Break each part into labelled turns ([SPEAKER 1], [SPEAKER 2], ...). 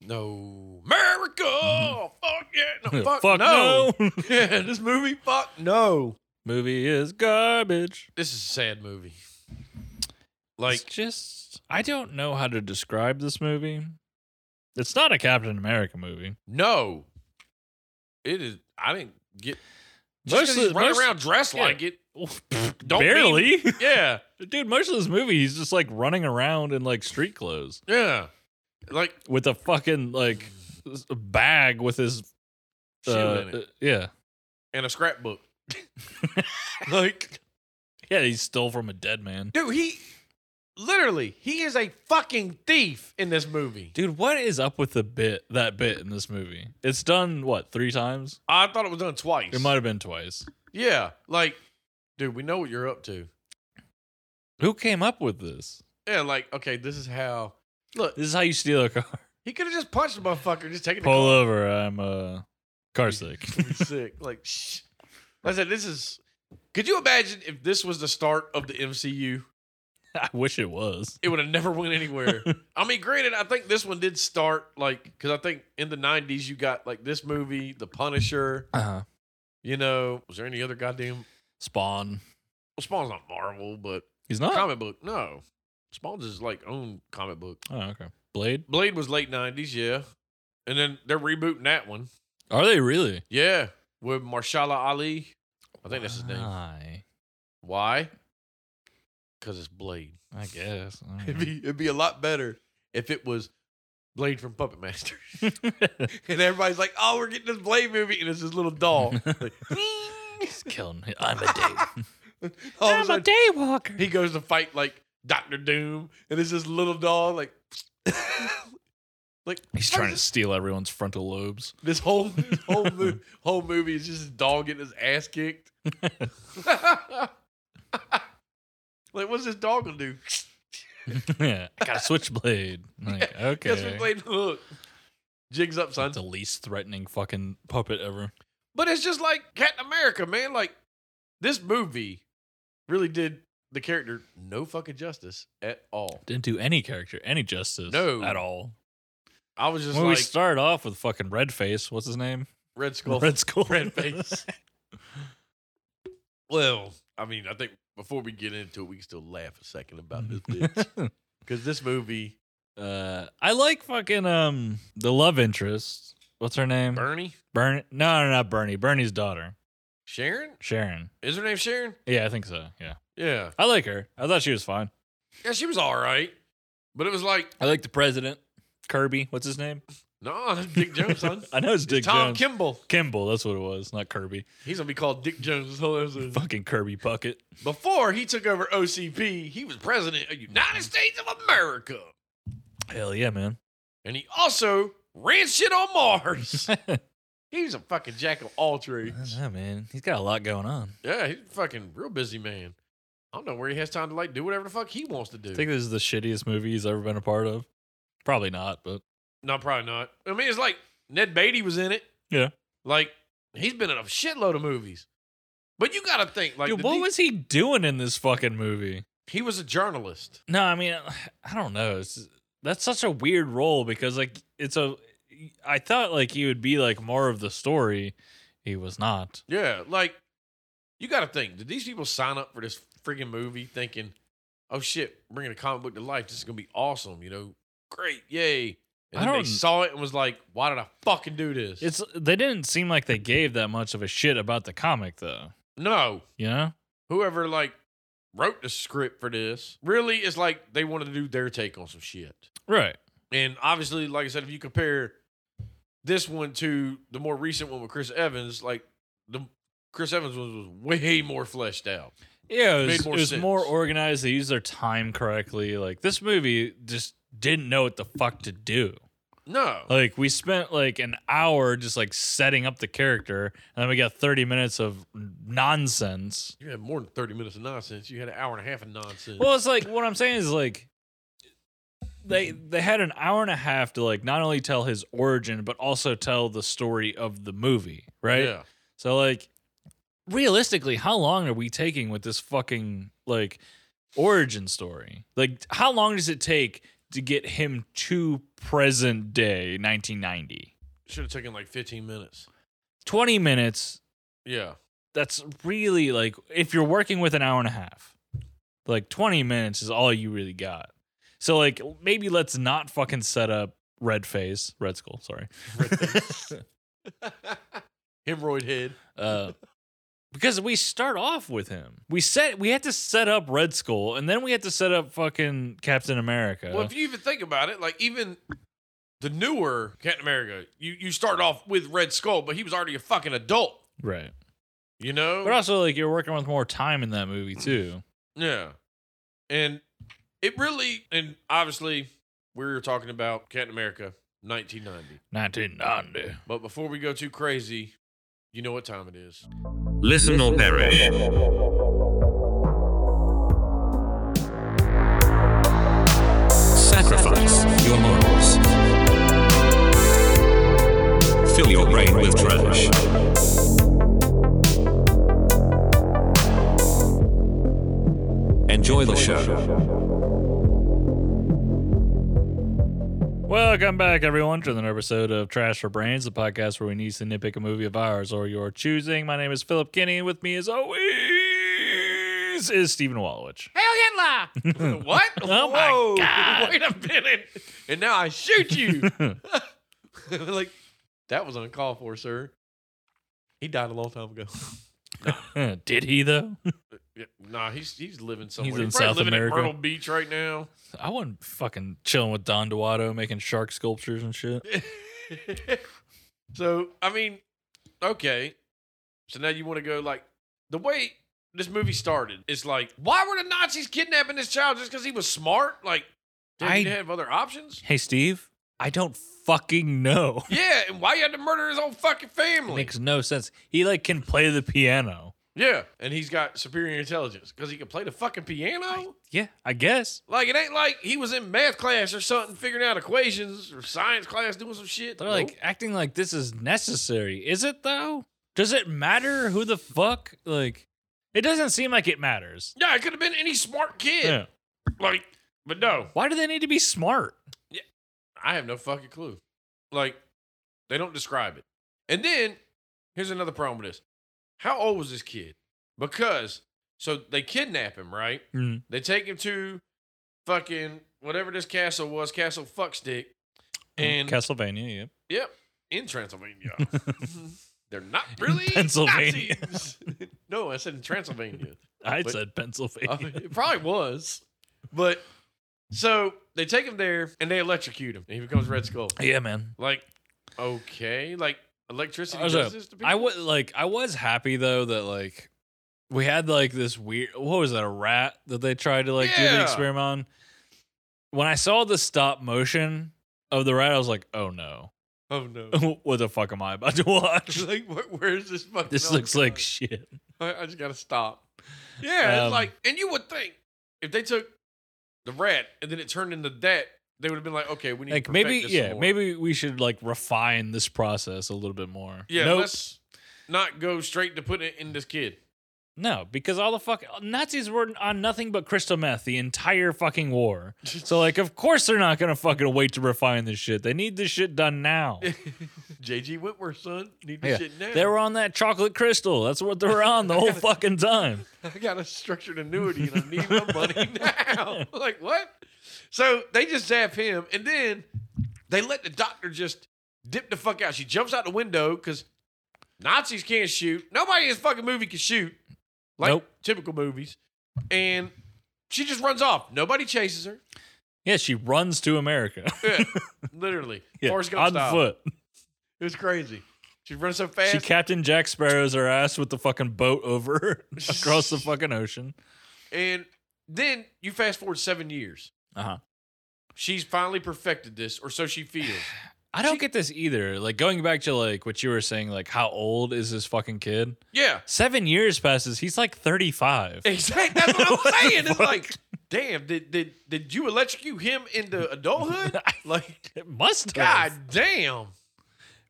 [SPEAKER 1] no America. Fuck yeah. No,
[SPEAKER 2] Mm-hmm.
[SPEAKER 1] fuck,
[SPEAKER 2] Fuck
[SPEAKER 1] no. yeah, this movie, fuck no.
[SPEAKER 2] Movie is garbage.
[SPEAKER 1] This is a sad movie.
[SPEAKER 2] Like,
[SPEAKER 1] Like,
[SPEAKER 2] just I don't know how to describe this movie. It's not a Captain America movie.
[SPEAKER 1] no. It is. I didn't get. Just 'cause
[SPEAKER 2] Most of
[SPEAKER 1] he's
[SPEAKER 2] the-
[SPEAKER 1] running
[SPEAKER 2] most-
[SPEAKER 1] around dressed
[SPEAKER 2] yeah.
[SPEAKER 1] like it. Don't mean-
[SPEAKER 2] Barely,
[SPEAKER 1] yeah.
[SPEAKER 2] dude. Most of this movie, he's just like running around in like street clothes
[SPEAKER 1] Yeah. Like,
[SPEAKER 2] with a fucking like s- bag with his.
[SPEAKER 1] shoe
[SPEAKER 2] uh,
[SPEAKER 1] in it.
[SPEAKER 2] uh, yeah,
[SPEAKER 1] And a scrapbook. like,
[SPEAKER 2] yeah. He's still from a dead man.
[SPEAKER 1] dude, he literally, he is a fucking thief in this movie.
[SPEAKER 2] Dude, what is up with the bit that bit in this movie? It's done what three times?
[SPEAKER 1] I thought it was done twice.
[SPEAKER 2] It might have been twice.
[SPEAKER 1] Yeah. Like, dude, we know what you're up to.
[SPEAKER 2] Who came up with this?
[SPEAKER 1] Yeah, like, okay, this is how. Look,
[SPEAKER 2] This is how you steal a car.
[SPEAKER 1] he could have just punched the motherfucker, just taken the
[SPEAKER 2] Pull
[SPEAKER 1] car.
[SPEAKER 2] over. I'm uh, car sick.
[SPEAKER 1] He's sick. Like, shh. I said, this is. Could you imagine if this was the start of the MCU?
[SPEAKER 2] I wish it was.
[SPEAKER 1] It would have never went anywhere. I mean, granted, I think this one did start like because I think in the '90s you got like this movie, The Punisher.
[SPEAKER 2] Uh huh.
[SPEAKER 1] You know, was there any other goddamn?
[SPEAKER 2] Spawn.
[SPEAKER 1] Well, Spawn's not Marvel, but
[SPEAKER 2] He's not.
[SPEAKER 1] comic book. No, Spawn's his like own comic book.
[SPEAKER 2] Oh, okay. Blade.
[SPEAKER 1] Blade was late '90s, yeah, and then they're rebooting that one.
[SPEAKER 2] Are they really?
[SPEAKER 1] Yeah, with Marshala Ali. I think that's his name.
[SPEAKER 2] Why?
[SPEAKER 1] Why? Because it's Blade.
[SPEAKER 2] I guess. I don't
[SPEAKER 1] It'd
[SPEAKER 2] know.
[SPEAKER 1] be, it'd be a lot better if it was Blade from Puppet Master. and everybody's like, oh, we're getting this Blade movie. And it's this little doll. Like,
[SPEAKER 2] He's killing me. I'm a day.
[SPEAKER 1] all of a sudden,
[SPEAKER 2] daywalker.
[SPEAKER 1] Oh, he goes to fight like Doctor Doom. And it's this little doll. Like, like
[SPEAKER 2] He's trying to steal everyone's frontal lobes.
[SPEAKER 1] this whole this whole, mo- whole movie is just a dog getting his ass kicked. like, what's this dog going to do?
[SPEAKER 2] yeah. I got a switchblade. Like, okay.
[SPEAKER 1] Guess we played Look. Jigs up, son.
[SPEAKER 2] the least threatening fucking puppet ever.
[SPEAKER 1] But it's just like Captain America, man. Like this movie really did the character no fucking justice at all.
[SPEAKER 2] Didn't do any character any justice.
[SPEAKER 1] No.
[SPEAKER 2] At all.
[SPEAKER 1] I was just
[SPEAKER 2] when we
[SPEAKER 1] like
[SPEAKER 2] start off with fucking Red Face, what's his name?
[SPEAKER 1] Red Skull.
[SPEAKER 2] Red Skull.
[SPEAKER 1] Red Face. well, I mean, I think before we get into it, we can still laugh a second about this bitch because this movie,
[SPEAKER 2] uh, I like fucking um the love interest. What's her name?
[SPEAKER 1] Bernie,
[SPEAKER 2] Bernie. No, no, not Bernie. Bernie's daughter,
[SPEAKER 1] Sharon,
[SPEAKER 2] Sharon.
[SPEAKER 1] is her name Sharon?
[SPEAKER 2] Yeah, I think so. Yeah,
[SPEAKER 1] Yeah,
[SPEAKER 2] I like her. I thought she was fine.
[SPEAKER 1] yeah, she was all right, but it was like,
[SPEAKER 2] I like the president, Kirby. What's his name?
[SPEAKER 1] no, that's Dick Jones, son.
[SPEAKER 2] I know it's Dick
[SPEAKER 1] Tom
[SPEAKER 2] Jones.
[SPEAKER 1] Kimball.
[SPEAKER 2] Kimball. That's what it was, not Kirby.
[SPEAKER 1] He's gonna be called Dick Jones this whole episode.
[SPEAKER 2] Fucking Kirby Puckett.
[SPEAKER 1] Before he took over OCP, he was president of the United States of America.
[SPEAKER 2] Hell yeah, man.
[SPEAKER 1] And he also ran shit on Mars. he was a fucking jack of all trades.
[SPEAKER 2] Yeah, man. He's got a lot going on.
[SPEAKER 1] Yeah, he's a fucking real busy man. I don't know where he has time to like do whatever the fuck he wants to do.
[SPEAKER 2] I think this is the shittiest movie he's ever been a part of. Probably not, but
[SPEAKER 1] no, probably not. I mean, it's like Ned Beatty was in it.
[SPEAKER 2] Yeah.
[SPEAKER 1] Like, he's been in a shitload of movies. But you gotta think, like,
[SPEAKER 2] dude,
[SPEAKER 1] the
[SPEAKER 2] what
[SPEAKER 1] D-
[SPEAKER 2] was he doing in this fucking movie?
[SPEAKER 1] he was a journalist.
[SPEAKER 2] No, I mean, I don't know. It's, that's such a weird role because like it's a. I thought like he would be like more of the story. He was not.
[SPEAKER 1] Yeah, like you got to think. Did these people sign up for this friggin' movie thinking, "Oh shit, bringing a comic book to life? This is gonna be awesome," you know? Great, yay!
[SPEAKER 2] I
[SPEAKER 1] And then they
[SPEAKER 2] don't-
[SPEAKER 1] saw it and was like, "Why did I fucking do this?"
[SPEAKER 2] It's they didn't seem like they gave that much of a shit about the comic though.
[SPEAKER 1] no.
[SPEAKER 2] You know?
[SPEAKER 1] Whoever like wrote the script for this really is like they wanted to do their take on some shit.
[SPEAKER 2] Right.
[SPEAKER 1] And obviously, like I said, if you compare this one to the more recent one with Chris Evans, like the Chris Evans one was way more fleshed out.
[SPEAKER 2] Yeah, it was,
[SPEAKER 1] Made more
[SPEAKER 2] more, it was
[SPEAKER 1] sense.
[SPEAKER 2] more organized. They used their time correctly. Like this movie just didn't know what the fuck to do.
[SPEAKER 1] No,
[SPEAKER 2] Like we spent like an hour just like setting up the character, and then we got thirty minutes of nonsense.
[SPEAKER 1] You had more than 30 minutes of nonsense. You had an hour and a half of nonsense.
[SPEAKER 2] Well, it's like what I'm saying is like they they had an hour and a half to like not only tell his origin but also tell the story of the movie, right?
[SPEAKER 1] Yeah.
[SPEAKER 2] So like realistically, how long are we taking with this fucking like origin story? Like how long does it take to get him to present day 1990.
[SPEAKER 1] Should have taken like 15 minutes.
[SPEAKER 2] 20 minutes,
[SPEAKER 1] Yeah.
[SPEAKER 2] that's really like if you're working with an hour and a half, like 20 minutes is all you really got. So like maybe let's not fucking set up Red Phase, Red Skull, sorry.
[SPEAKER 1] Hemorrhoid head.
[SPEAKER 2] Uh, because we start off with him. We set we had to set up Red Skull and then we had to set up fucking Captain America.
[SPEAKER 1] Well, if you even think about it, like even the newer Captain America, you you start off with Red Skull, but he was already a fucking adult,
[SPEAKER 2] right.
[SPEAKER 1] you know.
[SPEAKER 2] But also like you're working with more time in that movie too.
[SPEAKER 1] yeah, and it really and obviously we were talking about Captain America 1990.
[SPEAKER 2] 1990.
[SPEAKER 1] But before we go too crazy, you know what time it is.
[SPEAKER 3] Listen or perish. Sacrifice your morals. Fill your brain with trash. Enjoy the show.
[SPEAKER 2] Welcome back, everyone, to another episode of Trash for Brains, the podcast where we need to nitpick a movie of ours or your choosing. My name is Philip Kinney, and with me, as always, is Stephen Wallowich.
[SPEAKER 1] Hell Hitler! what?
[SPEAKER 2] Oh my
[SPEAKER 1] Whoa.
[SPEAKER 2] God.
[SPEAKER 1] Wait a minute! And now I shoot you. like that was uncalled for, sir. He died a long time ago.
[SPEAKER 2] Did he, though?
[SPEAKER 1] Yeah, nah, he's he's living somewhere.
[SPEAKER 2] in
[SPEAKER 1] probably
[SPEAKER 2] South
[SPEAKER 1] living
[SPEAKER 2] America.
[SPEAKER 1] at Myrtle Beach right now.
[SPEAKER 2] I wasn't fucking chilling with Don Duato making shark sculptures and shit.
[SPEAKER 1] so I mean, okay. So now you want to go like the way this movie started? It's like, why were the Nazis kidnapping this child just because he was smart? Like, did he
[SPEAKER 2] I-
[SPEAKER 1] have other options?
[SPEAKER 2] Hey, Steve, I don't fucking know.
[SPEAKER 1] Yeah, and why you had to murder his whole fucking family?
[SPEAKER 2] Makes no sense. He, like, can play the piano.
[SPEAKER 1] yeah, and he's got superior intelligence because he can play the fucking piano.
[SPEAKER 2] Yeah, I guess.
[SPEAKER 1] Like it ain't like he was in math class or something figuring out equations or science class doing some shit.
[SPEAKER 2] They're like acting like this is necessary. Is it though? Does it matter who the fuck? Like, it doesn't seem like it matters.
[SPEAKER 1] yeah, it could have been any smart kid. Like, but no,
[SPEAKER 2] Why do they need to be smart?
[SPEAKER 1] I have no fucking clue. Like, they don't describe it. And then here's another problem with this: How old was this kid? Because so they kidnap him, right?
[SPEAKER 2] Mm.
[SPEAKER 1] They take him to fucking whatever this castle was, Castle Fuckstick, and
[SPEAKER 2] Castlevania,
[SPEAKER 1] Yep, in Transylvania. They're not really
[SPEAKER 2] Pennsylvania.
[SPEAKER 1] Nazis. no, I said in Transylvania.
[SPEAKER 2] yeah. I
[SPEAKER 1] But-
[SPEAKER 2] said
[SPEAKER 1] Uh,
[SPEAKER 2] Pennsylvania.
[SPEAKER 1] it probably was, but so they take him there and they electrocute him, and he becomes Red Skull.
[SPEAKER 2] yeah, man.
[SPEAKER 1] Like, okay, like electricity
[SPEAKER 2] I was,
[SPEAKER 1] does
[SPEAKER 2] uh,
[SPEAKER 1] this to people.
[SPEAKER 2] I was like, I was happy though that like we had like this weird. What was that? A rat that they tried to like do
[SPEAKER 1] Yeah.
[SPEAKER 2] the experiment on. When I saw the stop motion of the rat, I was like, oh no,
[SPEAKER 1] oh no.
[SPEAKER 2] what the fuck am I about to watch?
[SPEAKER 1] like, wh- where is this fucking?
[SPEAKER 2] This
[SPEAKER 1] oh,
[SPEAKER 2] looks like
[SPEAKER 1] God.
[SPEAKER 2] shit.
[SPEAKER 1] I, I just gotta stop. Yeah,
[SPEAKER 2] Um,
[SPEAKER 1] it's like, and you would think if they took the rat and then it turned into that, they would have been like, okay, we need
[SPEAKER 2] like
[SPEAKER 1] to perfect
[SPEAKER 2] maybe
[SPEAKER 1] this some
[SPEAKER 2] yeah
[SPEAKER 1] more.
[SPEAKER 2] maybe we should like refine this process a little bit more
[SPEAKER 1] Yeah,
[SPEAKER 2] no
[SPEAKER 1] let's not go straight to putting it in this kid.
[SPEAKER 2] no because all the fuck nazis were on nothing but crystal meth the entire fucking war so like of course they're not gonna fucking wait to refine this shit they need this shit done now
[SPEAKER 1] JG Whitworth, son, need this
[SPEAKER 2] Yeah,
[SPEAKER 1] shit now.
[SPEAKER 2] they were on that chocolate crystal that's what they were on the whole fucking time
[SPEAKER 1] I got a structured annuity and I need my money now. like what? So they just zap him, and then they let the doctor just dip the fuck out. She jumps out the window because Nazis can't shoot. Nobody in this fucking movie can shoot. Like
[SPEAKER 2] Nope.
[SPEAKER 1] typical movies, and she just runs off. Nobody chases her.
[SPEAKER 2] yeah she runs to america
[SPEAKER 1] Yeah, literally,
[SPEAKER 2] yeah,
[SPEAKER 1] Forrest Gump
[SPEAKER 2] on
[SPEAKER 1] style.
[SPEAKER 2] foot
[SPEAKER 1] It was crazy. She runs so fast.
[SPEAKER 2] she captain jack sparrows her ass with the fucking boat over across the fucking ocean
[SPEAKER 1] And then you fast forward seven years.
[SPEAKER 2] uh-huh
[SPEAKER 1] She's finally perfected this, or so she feels.
[SPEAKER 2] I don't
[SPEAKER 1] She-
[SPEAKER 2] get this either. Like going back to like what you were saying, like how old is this fucking kid?
[SPEAKER 1] Yeah.
[SPEAKER 2] Seven years passes. He's like thirty five.
[SPEAKER 1] Exactly. That's what I'm
[SPEAKER 2] What the
[SPEAKER 1] saying. It's
[SPEAKER 2] fuck?
[SPEAKER 1] like, damn, did did did you electrocute him into adulthood? Like,
[SPEAKER 2] It must have.
[SPEAKER 1] god damn.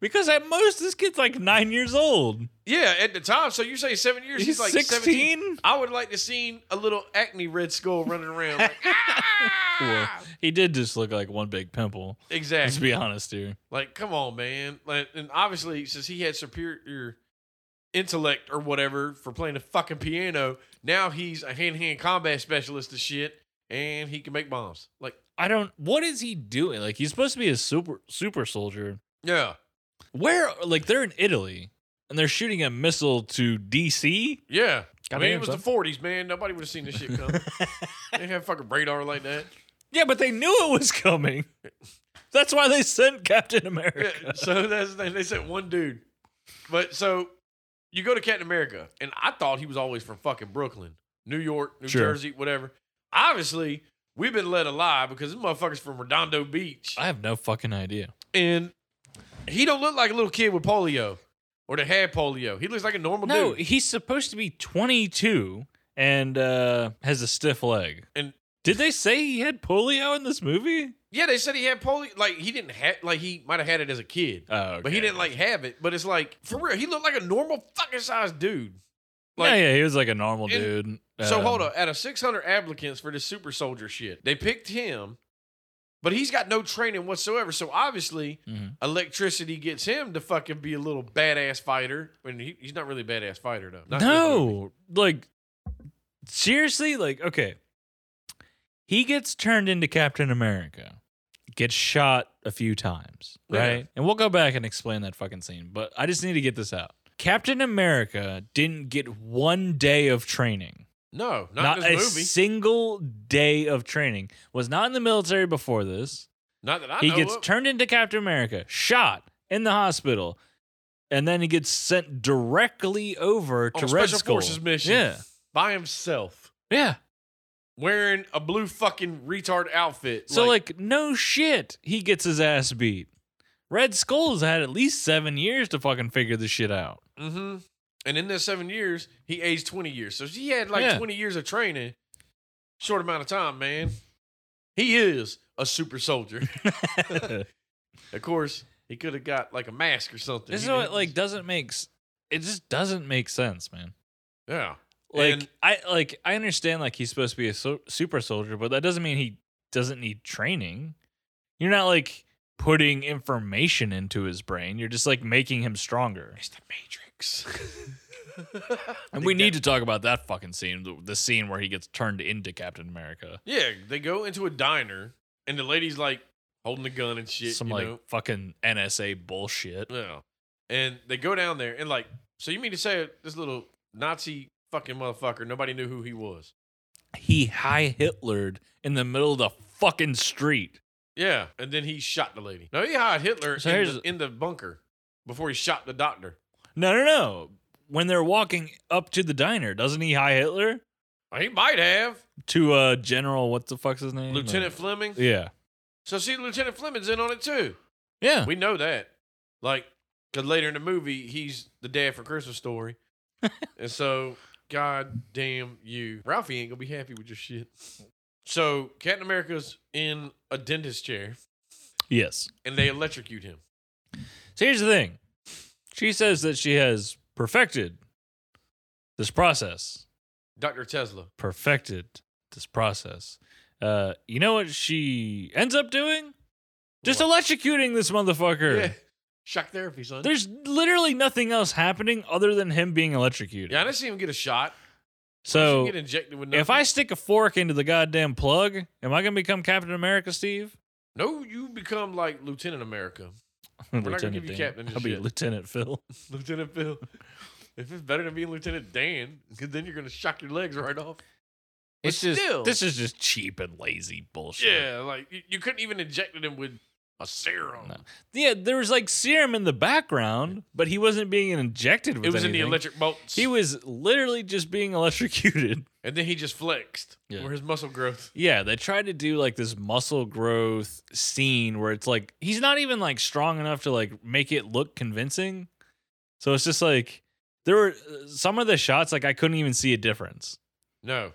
[SPEAKER 2] Because at most, this kid's like nine years old.
[SPEAKER 1] Yeah, at the time. So you say seven years?
[SPEAKER 2] He's
[SPEAKER 1] He's, like 17.
[SPEAKER 2] 16?
[SPEAKER 1] I would like to seen a little acne red skull running around. like,
[SPEAKER 2] Well,
[SPEAKER 1] "Ah!"
[SPEAKER 2] he did just look like one big pimple. Let's
[SPEAKER 1] Exactly.
[SPEAKER 2] be honest here.
[SPEAKER 1] Like, come on, man. Like, and obviously, since he had superior intellect or whatever for playing the fucking piano, now he's a hand-to-hand combat specialist and shit, and he can make bombs. Like,
[SPEAKER 2] I don't. What is he doing? Like he's supposed to be a super super soldier.
[SPEAKER 1] yeah,
[SPEAKER 2] Where? Like they're in Italy and they're shooting a missile to DC.
[SPEAKER 1] yeah. I mean,
[SPEAKER 2] Goddamn,
[SPEAKER 1] it was
[SPEAKER 2] son.
[SPEAKER 1] the '40s, man. Nobody would have seen this shit come. they didn't have fucking radar like that.
[SPEAKER 2] Yeah, but they knew it was coming. That's why they sent Captain America.
[SPEAKER 1] Yeah, so that's the thing. They sent one dude. But so you go to Captain America, and I thought he was always from fucking Brooklyn, New York, New
[SPEAKER 2] Sure.
[SPEAKER 1] Jersey, whatever. Obviously, we've been led a lie because this motherfucker's from Redondo Beach.
[SPEAKER 2] I have no fucking idea.
[SPEAKER 1] And he don't look like a little kid with polio or that had polio. He looks like a normal
[SPEAKER 2] No,
[SPEAKER 1] dude.
[SPEAKER 2] he's supposed to be 22 and uh, has a stiff leg.
[SPEAKER 1] And-
[SPEAKER 2] did they say he had polio in this movie?
[SPEAKER 1] Yeah, they said he had polio. Like he didn't have like he might have had it as a kid.
[SPEAKER 2] Oh, okay.
[SPEAKER 1] But he didn't like have it. But it's like for real, he looked like a normal fucking sized dude.
[SPEAKER 2] yeah, yeah, he was like a normal
[SPEAKER 1] And-
[SPEAKER 2] dude.
[SPEAKER 1] So
[SPEAKER 2] Um,
[SPEAKER 1] hold up, out of 600 applicants for this super soldier shit, they picked him, but he's got no training whatsoever. So obviously,
[SPEAKER 2] Mhm.
[SPEAKER 1] electricity gets him to fucking be a little badass fighter. And he, he's not really a badass fighter though. Not in this movie.
[SPEAKER 2] No, like seriously, like okay, he gets turned into Captain America, gets shot a few times,
[SPEAKER 1] Yeah.
[SPEAKER 2] right? And we'll go back and explain that fucking scene, but I just need to get this out. Captain America didn't get one day of training.
[SPEAKER 1] no, not, in
[SPEAKER 2] a
[SPEAKER 1] this movie.
[SPEAKER 2] single day of training. Was not in the military before this.
[SPEAKER 1] not that I
[SPEAKER 2] He
[SPEAKER 1] know.
[SPEAKER 2] gets
[SPEAKER 1] of.
[SPEAKER 2] turned into Captain America, shot in the hospital, and then he gets sent directly over
[SPEAKER 1] On
[SPEAKER 2] to
[SPEAKER 1] a
[SPEAKER 2] Red
[SPEAKER 1] special
[SPEAKER 2] Skull.
[SPEAKER 1] forces mission.
[SPEAKER 2] Yeah,
[SPEAKER 1] by himself,
[SPEAKER 2] yeah.
[SPEAKER 1] wearing a blue fucking retard outfit.
[SPEAKER 2] So like, no shit, he gets his ass beat. Red Skull's had at least seven years to fucking figure this shit out.
[SPEAKER 1] hmm and in that seven years, he aged 20 years. So he had like
[SPEAKER 2] Yeah.
[SPEAKER 1] 20 years of training, short amount of time, man. He is a super soldier.
[SPEAKER 2] this
[SPEAKER 1] Of course, he could have got like a mask or something.
[SPEAKER 2] is
[SPEAKER 1] He
[SPEAKER 2] what
[SPEAKER 1] didn't.
[SPEAKER 2] like doesn't make. s- It just doesn't make sense, man.
[SPEAKER 1] yeah,
[SPEAKER 2] Like
[SPEAKER 1] And-
[SPEAKER 2] I like I understand like he's supposed to be a so- super soldier, but that doesn't mean he doesn't need training. You're not like putting information into his brain. You're just like making him stronger.
[SPEAKER 1] it's the Matrix.
[SPEAKER 2] And we need to talk about that fucking scene, the, the scene where he gets turned into Captain America.
[SPEAKER 1] Yeah, they go into a diner and the lady's like holding the gun and shit.
[SPEAKER 2] Some
[SPEAKER 1] you
[SPEAKER 2] like
[SPEAKER 1] know?
[SPEAKER 2] fucking NSA bullshit.
[SPEAKER 1] yeah, and they go down there and like, so you mean to say this little Nazi fucking motherfucker? Nobody knew who he was.
[SPEAKER 2] He high Hitlered in the middle of the fucking street.
[SPEAKER 1] Yeah, and then he shot the lady. No, he hired Hitler
[SPEAKER 2] So
[SPEAKER 1] in,
[SPEAKER 2] here's-
[SPEAKER 1] the, in the bunker before he shot the doctor.
[SPEAKER 2] No, no, no. When they're walking up to the diner, doesn't he high Hitler
[SPEAKER 1] He might have
[SPEAKER 2] to uh General what the fuck's his name? Uh,
[SPEAKER 1] Lieutenant Fleming.
[SPEAKER 2] Yeah.
[SPEAKER 1] So see, Lieutenant Fleming's in on it too.
[SPEAKER 2] Yeah.
[SPEAKER 1] We know that. Like, because later in the movie, he's the dad for Christmas story. and so, god damn you. Ralphie ain't going to be happy with your shit. So, Captain America's in a dentist chair
[SPEAKER 2] yes.
[SPEAKER 1] and they electrocute him.
[SPEAKER 2] So here's the thing. She says that she has perfected this process.
[SPEAKER 1] Dr. Tesla.
[SPEAKER 2] Perfected this process. Uh, you know what she ends up doing? Just electrocuting this motherfucker.
[SPEAKER 1] Yeah. Shock therapy, son.
[SPEAKER 2] There's literally nothing else happening other than him being electrocuted.
[SPEAKER 1] yeah, I didn't see him get a shot. I didn't see him
[SPEAKER 2] so
[SPEAKER 1] get injected with nothing.
[SPEAKER 2] if I stick a fork into the goddamn plug, am I gonna become Captain America, Steve?
[SPEAKER 1] No, you become like Lieutenant America. gonna give you
[SPEAKER 2] Dan.
[SPEAKER 1] Captain and
[SPEAKER 2] I'll be
[SPEAKER 1] shit.
[SPEAKER 2] Lieutenant Phil.
[SPEAKER 1] Lieutenant Phil. If it's better than being Lieutenant Dan, because then you're going to shock your legs right off. But
[SPEAKER 2] It's just
[SPEAKER 1] still-
[SPEAKER 2] this is just cheap and lazy bullshit.
[SPEAKER 1] Yeah, like you, you couldn't even inject him with a serum.
[SPEAKER 2] No. Yeah, there was like serum in the background, but he wasn't being injected with
[SPEAKER 1] It was in the
[SPEAKER 2] anything.
[SPEAKER 1] electric bolts.
[SPEAKER 2] He was literally just being electrocuted.
[SPEAKER 1] and then he just flexed
[SPEAKER 2] Yeah.
[SPEAKER 1] where his muscle growth.
[SPEAKER 2] Yeah, they tried to do like this muscle growth scene where it's like he's not even like strong enough to like make it look convincing. So it's just like there were uh, some of the shots like I couldn't even see a difference.
[SPEAKER 1] No.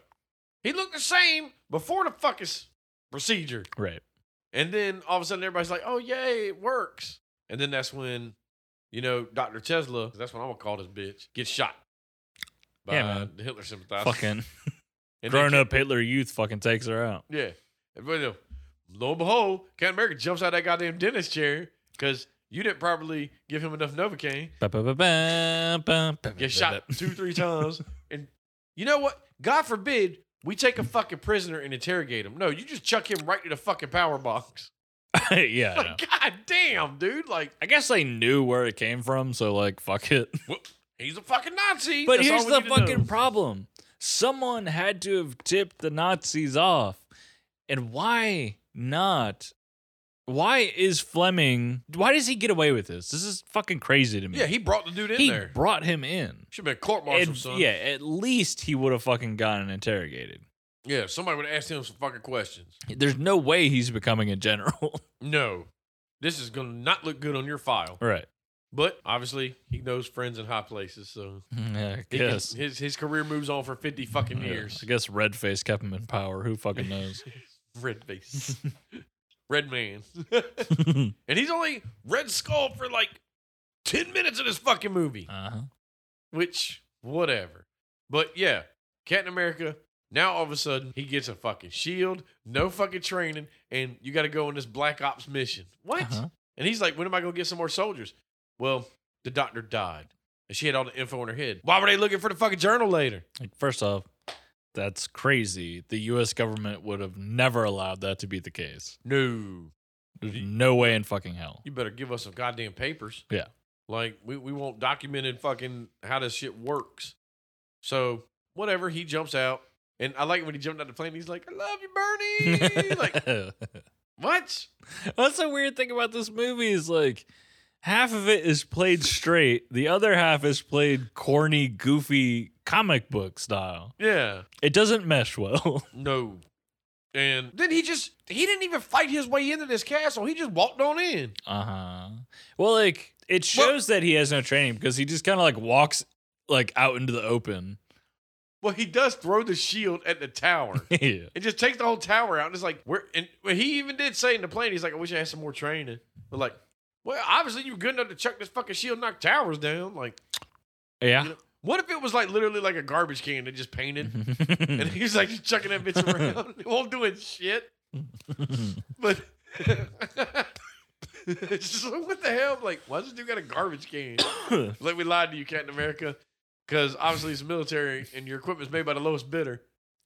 [SPEAKER 1] He looked the same before the fucking s- procedure.
[SPEAKER 2] Right.
[SPEAKER 1] And then all of a sudden everybody's like, oh, yay, it works. And then that's when you know, Dr. Tesla, 'cause that's what I'm going to call this bitch, gets shot by
[SPEAKER 2] Yeah, man.
[SPEAKER 1] the Hitler sympathizer.
[SPEAKER 2] Fucking
[SPEAKER 1] And they
[SPEAKER 2] grown
[SPEAKER 1] can't-
[SPEAKER 2] up Hitler youth fucking takes her out.
[SPEAKER 1] Yeah. Everybody, know. lo and behold, Captain America jumps out of that goddamn dentist chair because you didn't properly give him enough Novocaine.
[SPEAKER 2] Ba, ba, ba, ba, ba, ba, ba,
[SPEAKER 1] Get shot
[SPEAKER 2] ba.
[SPEAKER 1] two, three times. And you know what? God forbid we take a fucking prisoner and interrogate him. No, you just chuck him right to the fucking power box.
[SPEAKER 2] yeah. I know.
[SPEAKER 1] Like, God damn, dude. Like,
[SPEAKER 2] I guess they knew where it came from, so like, fuck it.
[SPEAKER 1] he's a fucking Nazi.
[SPEAKER 2] But
[SPEAKER 1] That's all
[SPEAKER 2] here's
[SPEAKER 1] we
[SPEAKER 2] the
[SPEAKER 1] need to know.
[SPEAKER 2] fucking problem. Someone had to have tipped the Nazis off. And why not? Why is Fleming why does he get away with this? This is fucking crazy to me.
[SPEAKER 1] Yeah, he brought the dude in
[SPEAKER 2] He
[SPEAKER 1] there.
[SPEAKER 2] brought him in.
[SPEAKER 1] Should have been court martial,
[SPEAKER 2] And,
[SPEAKER 1] son.
[SPEAKER 2] yeah, at least he would have fucking gotten interrogated.
[SPEAKER 1] Yeah, somebody would have asked him some fucking questions.
[SPEAKER 2] There's no way he's becoming a general.
[SPEAKER 1] No, this is going to not look good on your file.
[SPEAKER 2] right.
[SPEAKER 1] But obviously, he knows friends in high places, so
[SPEAKER 2] Yeah, I
[SPEAKER 1] he can-
[SPEAKER 2] guess.
[SPEAKER 1] his his career moves on for fifty fucking
[SPEAKER 2] Yeah,
[SPEAKER 1] years.
[SPEAKER 2] I guess red face kept him in power. Who fucking knows?
[SPEAKER 1] Red face, red man,
[SPEAKER 2] Uh-huh.
[SPEAKER 1] and he's only Red Skull for like ten minutes of this fucking movie,
[SPEAKER 2] uh-huh.
[SPEAKER 1] which whatever. But yeah, Captain America. Now all of a sudden, he gets a fucking shield, no fucking training, and you got to go on this Black Ops mission. What?
[SPEAKER 2] Uh-huh.
[SPEAKER 1] And he's like, when am I going to get some more soldiers? Well, the doctor died. And she had all the info in her head. Why were they looking for the fucking journal later?
[SPEAKER 2] Like, first off, that's crazy. The U.S. government would have never allowed that to be the case.
[SPEAKER 1] No.
[SPEAKER 2] There's no way in fucking hell.
[SPEAKER 1] You better give us some goddamn papers.
[SPEAKER 2] Yeah.
[SPEAKER 1] Like, we, we want documented fucking how this shit works. So, whatever. He jumps out. And I like it when he jumped out the plane. He's like, I love you, Bernie. like, what?
[SPEAKER 2] that's the weird thing about this movie is like half of it is played straight, the other half is played corny, goofy comic book style.
[SPEAKER 1] Yeah.
[SPEAKER 2] It doesn't mesh well.
[SPEAKER 1] No. And then he just, he didn't even fight his way into this castle. He just walked on in.
[SPEAKER 2] Uh huh. Well, like it shows that he has no training because he just kind of like walks like out into the open.
[SPEAKER 1] Well, he does throw the shield at the tower.
[SPEAKER 2] yeah.
[SPEAKER 1] It just takes the whole tower out. And it's like, where? And well, he even did say in the plane, he's like, I wish I had some more training. But like, well, obviously you were good enough to chuck this fucking shield, and knock towers down. Like,
[SPEAKER 2] Yeah.
[SPEAKER 1] what if it was like literally like a garbage can they just painted? And
[SPEAKER 2] Hmm.
[SPEAKER 1] he's like just chucking that bitch around. It won't do it shit. But it's just like, what the hell? Like, why does this dude got a garbage can? like we lied to you, Captain America. Because obviously it's military and your equipment's made by the lowest bidder.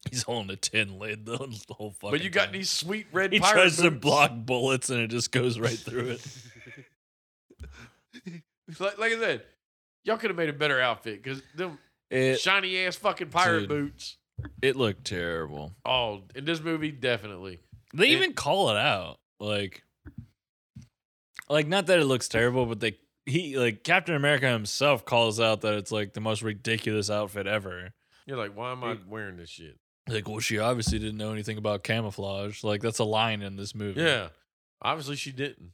[SPEAKER 2] He's holding a tin lid the the whole fucking.
[SPEAKER 1] But you got
[SPEAKER 2] time.
[SPEAKER 1] these sweet red
[SPEAKER 2] He
[SPEAKER 1] pirate
[SPEAKER 2] tries to
[SPEAKER 1] boots.
[SPEAKER 2] block bullets and it just goes right through it.
[SPEAKER 1] like, like I said, y'all could have made a better outfit because them
[SPEAKER 2] It
[SPEAKER 1] shiny ass fucking pirate
[SPEAKER 2] Dude.
[SPEAKER 1] boots.
[SPEAKER 2] it looked terrible.
[SPEAKER 1] Oh, in this movie, definitely.
[SPEAKER 2] They
[SPEAKER 1] It-
[SPEAKER 2] even call it out, like, like not that it looks terrible, but they he like Captain America himself calls out that it's like the most ridiculous outfit ever.
[SPEAKER 1] You're like, why am I
[SPEAKER 2] Dude.
[SPEAKER 1] wearing this shit?
[SPEAKER 2] Like, well, she obviously didn't know anything about camouflage. Like, that's a line in this movie.
[SPEAKER 1] Yeah, obviously she didn't.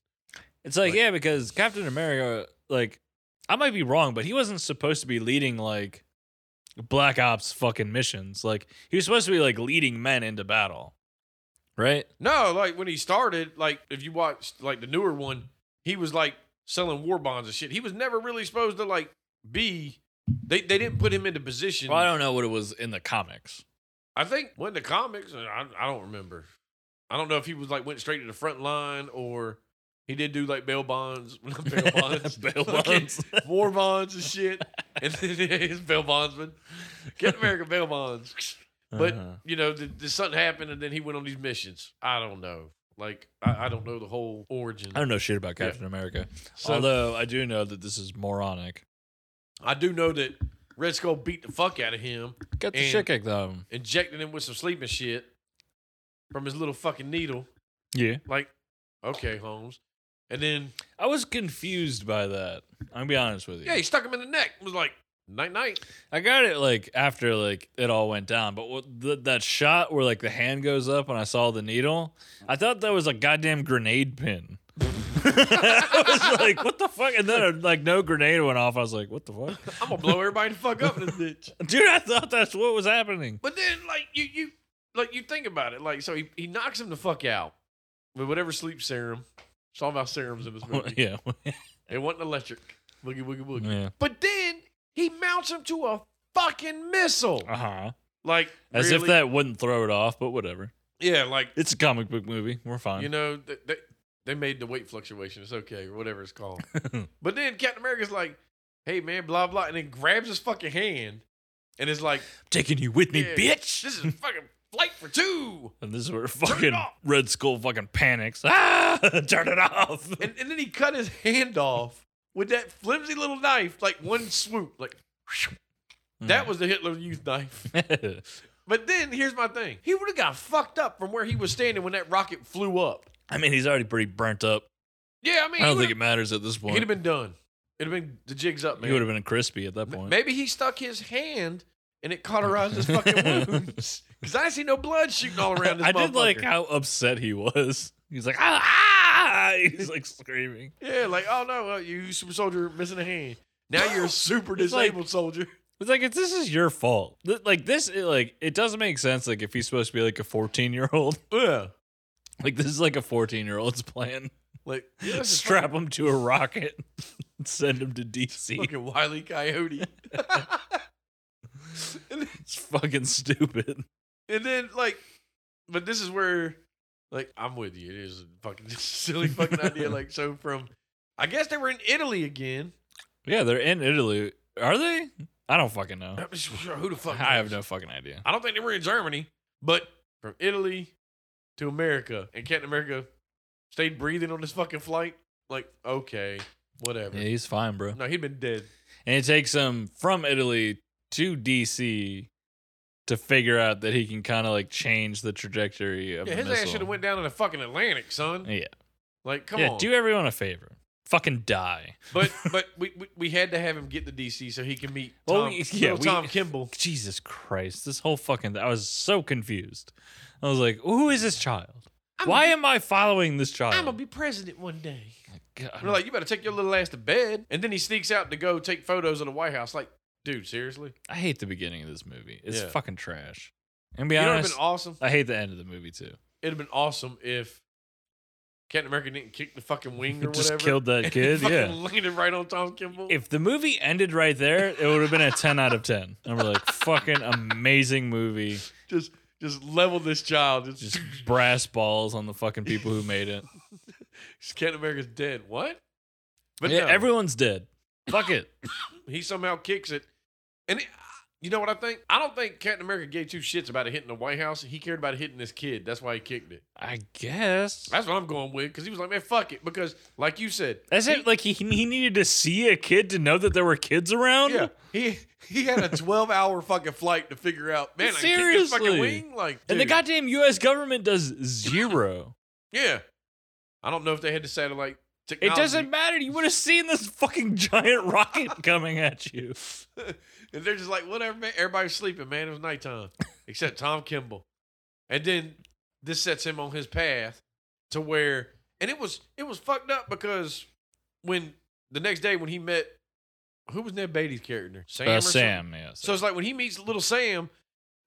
[SPEAKER 2] It's like,
[SPEAKER 1] Like-
[SPEAKER 2] yeah, because Captain America, like, I might be wrong, but he wasn't supposed to be leading like Black Ops fucking missions. Like, he was supposed to be like leading men into battle, right?
[SPEAKER 1] No, like when he started, like if you watched like the newer one, he was like selling war bonds and shit. He was never really supposed to like be. They they didn't put him into position.
[SPEAKER 2] Well, I don't know what it was in the comics.
[SPEAKER 1] I think went to comics. and I, I don't remember. I don't know if he was like went straight to the front line or he did do like bail bonds, not bail bonds,
[SPEAKER 2] Bail
[SPEAKER 1] Fucking
[SPEAKER 2] bonds.
[SPEAKER 1] war bonds and shit. And then he's bail bondsman, Captain America bail bonds. But
[SPEAKER 2] Uh-huh.
[SPEAKER 1] you know, th- th- something happened, and then he went on these missions. I don't know. Like I, I don't know the whole origin.
[SPEAKER 2] I don't know shit about Captain America.
[SPEAKER 1] So
[SPEAKER 2] Although I do know that this is moronic.
[SPEAKER 1] I do know that Red Skull beat the fuck out of him,
[SPEAKER 2] Get the
[SPEAKER 1] And-
[SPEAKER 2] shit kicked out of him.
[SPEAKER 1] injecting him with some sleeping shit from his little fucking needle.
[SPEAKER 2] Yeah.
[SPEAKER 1] Like, okay, Holmes. And then,
[SPEAKER 2] I was confused by that. I'm gonna be honest with you.
[SPEAKER 1] yeah, he stuck him in the neck. It was like, night, night.
[SPEAKER 2] I got it like after like it all went down, but what, th- that shot where like the hand goes up and I saw the needle, I thought that was a goddamn grenade pin. I was like, "What the fuck?" And then uh, like no grenade went off. I was like, "What the fuck?"
[SPEAKER 1] I'm going to blow everybody the fuck up in this bitch.
[SPEAKER 2] Dude, I thought that's what was happening.
[SPEAKER 1] But then, like, you, you, like, you think about it. Like, so he, he knocks him the fuck out with whatever sleep serum. It's all about serums in this movie.
[SPEAKER 2] yeah,
[SPEAKER 1] It wasn't electric. Boogie boogie boogie.
[SPEAKER 2] Yeah.
[SPEAKER 1] But then he mounts him to a fucking missile.
[SPEAKER 2] Uh huh.
[SPEAKER 1] Like
[SPEAKER 2] As if
[SPEAKER 1] really-
[SPEAKER 2] that wouldn't throw it off, but whatever.
[SPEAKER 1] Yeah, like
[SPEAKER 2] It's a comic book movie. We're fine.
[SPEAKER 1] you know they, they they made the weight fluctuation. It's okay or whatever it's called. but then Captain America's like, "Hey man, blah blah," and then grabs his fucking hand and is like,
[SPEAKER 2] Taking you with me,
[SPEAKER 1] "Yeah,
[SPEAKER 2] bitch.
[SPEAKER 1] This is fucking flight for two.
[SPEAKER 2] And this is where fucking
[SPEAKER 1] off.
[SPEAKER 2] Red Skull fucking panics. Ah, turn it off.
[SPEAKER 1] and, and then he cut his hand off with that flimsy little knife, like one swoop. Like
[SPEAKER 2] Mm.
[SPEAKER 1] that was the Hitler Youth knife. But then here's my thing: he would have got fucked up from where he was standing when that rocket flew up.
[SPEAKER 2] I mean, he's already pretty burnt up.
[SPEAKER 1] Yeah, I mean,
[SPEAKER 2] I don't think it matters at this
[SPEAKER 1] he'd
[SPEAKER 2] point.
[SPEAKER 1] have been done. It'd have been the jig's up,
[SPEAKER 2] He would
[SPEAKER 1] man.
[SPEAKER 2] have been crispy at that
[SPEAKER 1] M-
[SPEAKER 2] point.
[SPEAKER 1] Maybe he stuck his hand and it cauterized his fucking wounds. Because I see no blood shooting all around this
[SPEAKER 2] I did like
[SPEAKER 1] motherfucker.
[SPEAKER 2] how upset he was. He's like, ah, ah! he's like screaming.
[SPEAKER 1] yeah, like oh no, uh, you super soldier missing a hand. Now you're a super
[SPEAKER 2] It's like-
[SPEAKER 1] disabled soldier.
[SPEAKER 2] It's like if this is your fault, Th- like this, it, like it doesn't make sense. Like if he's supposed to be like a fourteen-year-old,
[SPEAKER 1] Yeah,
[SPEAKER 2] like this is like a fourteen-year-old's plan.
[SPEAKER 1] like yeah, this is
[SPEAKER 2] Strap him to a rocket, and send him to DC.
[SPEAKER 1] Fucking Wiley Coyote. and,
[SPEAKER 2] It's fucking stupid.
[SPEAKER 1] and then like, but this is where, like, I'm with you. It is a fucking silly fucking idea. Like, so from, I guess they were in Italy again.
[SPEAKER 2] Yeah, they're in Italy. Are they? I don't fucking know.
[SPEAKER 1] Who the fuck?
[SPEAKER 2] Oh. I have
[SPEAKER 1] knows?
[SPEAKER 2] no fucking idea.
[SPEAKER 1] I don't think they were in Germany, but from Italy to America, and Captain America stayed breathing on this fucking flight. Like, okay, whatever.
[SPEAKER 2] Yeah, he's fine, bro.
[SPEAKER 1] No, he'd been dead.
[SPEAKER 2] And it takes him from Italy to DC to figure out that he can kind of like change the trajectory of
[SPEAKER 1] Yeah,
[SPEAKER 2] the
[SPEAKER 1] his ass
[SPEAKER 2] missile.
[SPEAKER 1] should have went down in the fucking Atlantic, son.
[SPEAKER 2] Yeah,
[SPEAKER 1] Like, come
[SPEAKER 2] yeah.
[SPEAKER 1] on.
[SPEAKER 2] Do everyone a favor. Fucking die.
[SPEAKER 1] But but we, we we had to have him get to DC so he can meet Tom,
[SPEAKER 2] Well, we- yeah,
[SPEAKER 1] little
[SPEAKER 2] we-
[SPEAKER 1] Tom Kimball.
[SPEAKER 2] Jesus Christ! This whole fucking. I was so confused. I was like, "Who is this child?
[SPEAKER 1] I'm
[SPEAKER 2] Why
[SPEAKER 1] gonna
[SPEAKER 2] am I following this
[SPEAKER 1] be-
[SPEAKER 2] child?"
[SPEAKER 1] I'm gonna be president one day.
[SPEAKER 2] God.
[SPEAKER 1] We're like, you better take your little ass to bed. And then he sneaks out to go take photos of the White House. Like, dude, seriously?
[SPEAKER 2] I hate the beginning of this movie. It's
[SPEAKER 1] Yeah.
[SPEAKER 2] fucking trash. And be
[SPEAKER 1] you know what would have
[SPEAKER 2] honest,
[SPEAKER 1] been awesome?
[SPEAKER 2] I hate the end of the movie too.
[SPEAKER 1] It'd have been awesome if Captain America didn't kick the fucking wing or
[SPEAKER 2] Just
[SPEAKER 1] whatever.
[SPEAKER 2] killed that kid.
[SPEAKER 1] fucking
[SPEAKER 2] yeah.
[SPEAKER 1] landed right on Tom Kimball.
[SPEAKER 2] If the movie ended right there, it would have been a 10 out of 10. And we're like, fucking amazing movie.
[SPEAKER 1] just just level this child. Just,
[SPEAKER 2] Just brass balls on the fucking people who made it.
[SPEAKER 1] Captain America's dead. What? But
[SPEAKER 2] yeah,
[SPEAKER 1] no.
[SPEAKER 2] everyone's dead. Fuck it.
[SPEAKER 1] he somehow kicks it. And it, you know what I think? I don't think Captain America gave two shits about it hitting the White House. He cared about it hitting this kid. That's why he kicked it.
[SPEAKER 2] I guess.
[SPEAKER 1] That's what I'm going with because he was like, man, fuck it. Because, like you said,
[SPEAKER 2] That's it. Like, he, he needed to see a kid to know that there were kids around.
[SPEAKER 1] yeah, he he had a 12 hour fucking flight to figure out, man, I kicked this fucking
[SPEAKER 2] Seriously.
[SPEAKER 1] wing. Like,
[SPEAKER 2] And the
[SPEAKER 1] dude,
[SPEAKER 2] goddamn U.S. government does zero.
[SPEAKER 1] yeah. I don't know if they had the satellite
[SPEAKER 2] It
[SPEAKER 1] technology.
[SPEAKER 2] doesn't matter. You would have seen this fucking giant rocket coming at you.
[SPEAKER 1] And they're just like, whatever, man. Everybody's sleeping, man. It was nighttime, except Tom Kimball. And then this sets him on his path to where, and it was it was fucked up because when the next day when he met, who was Ned Beatty's character? Sam.
[SPEAKER 2] Uh,
[SPEAKER 1] or something?
[SPEAKER 2] Sam, yeah.
[SPEAKER 1] So it's like when he meets little Sam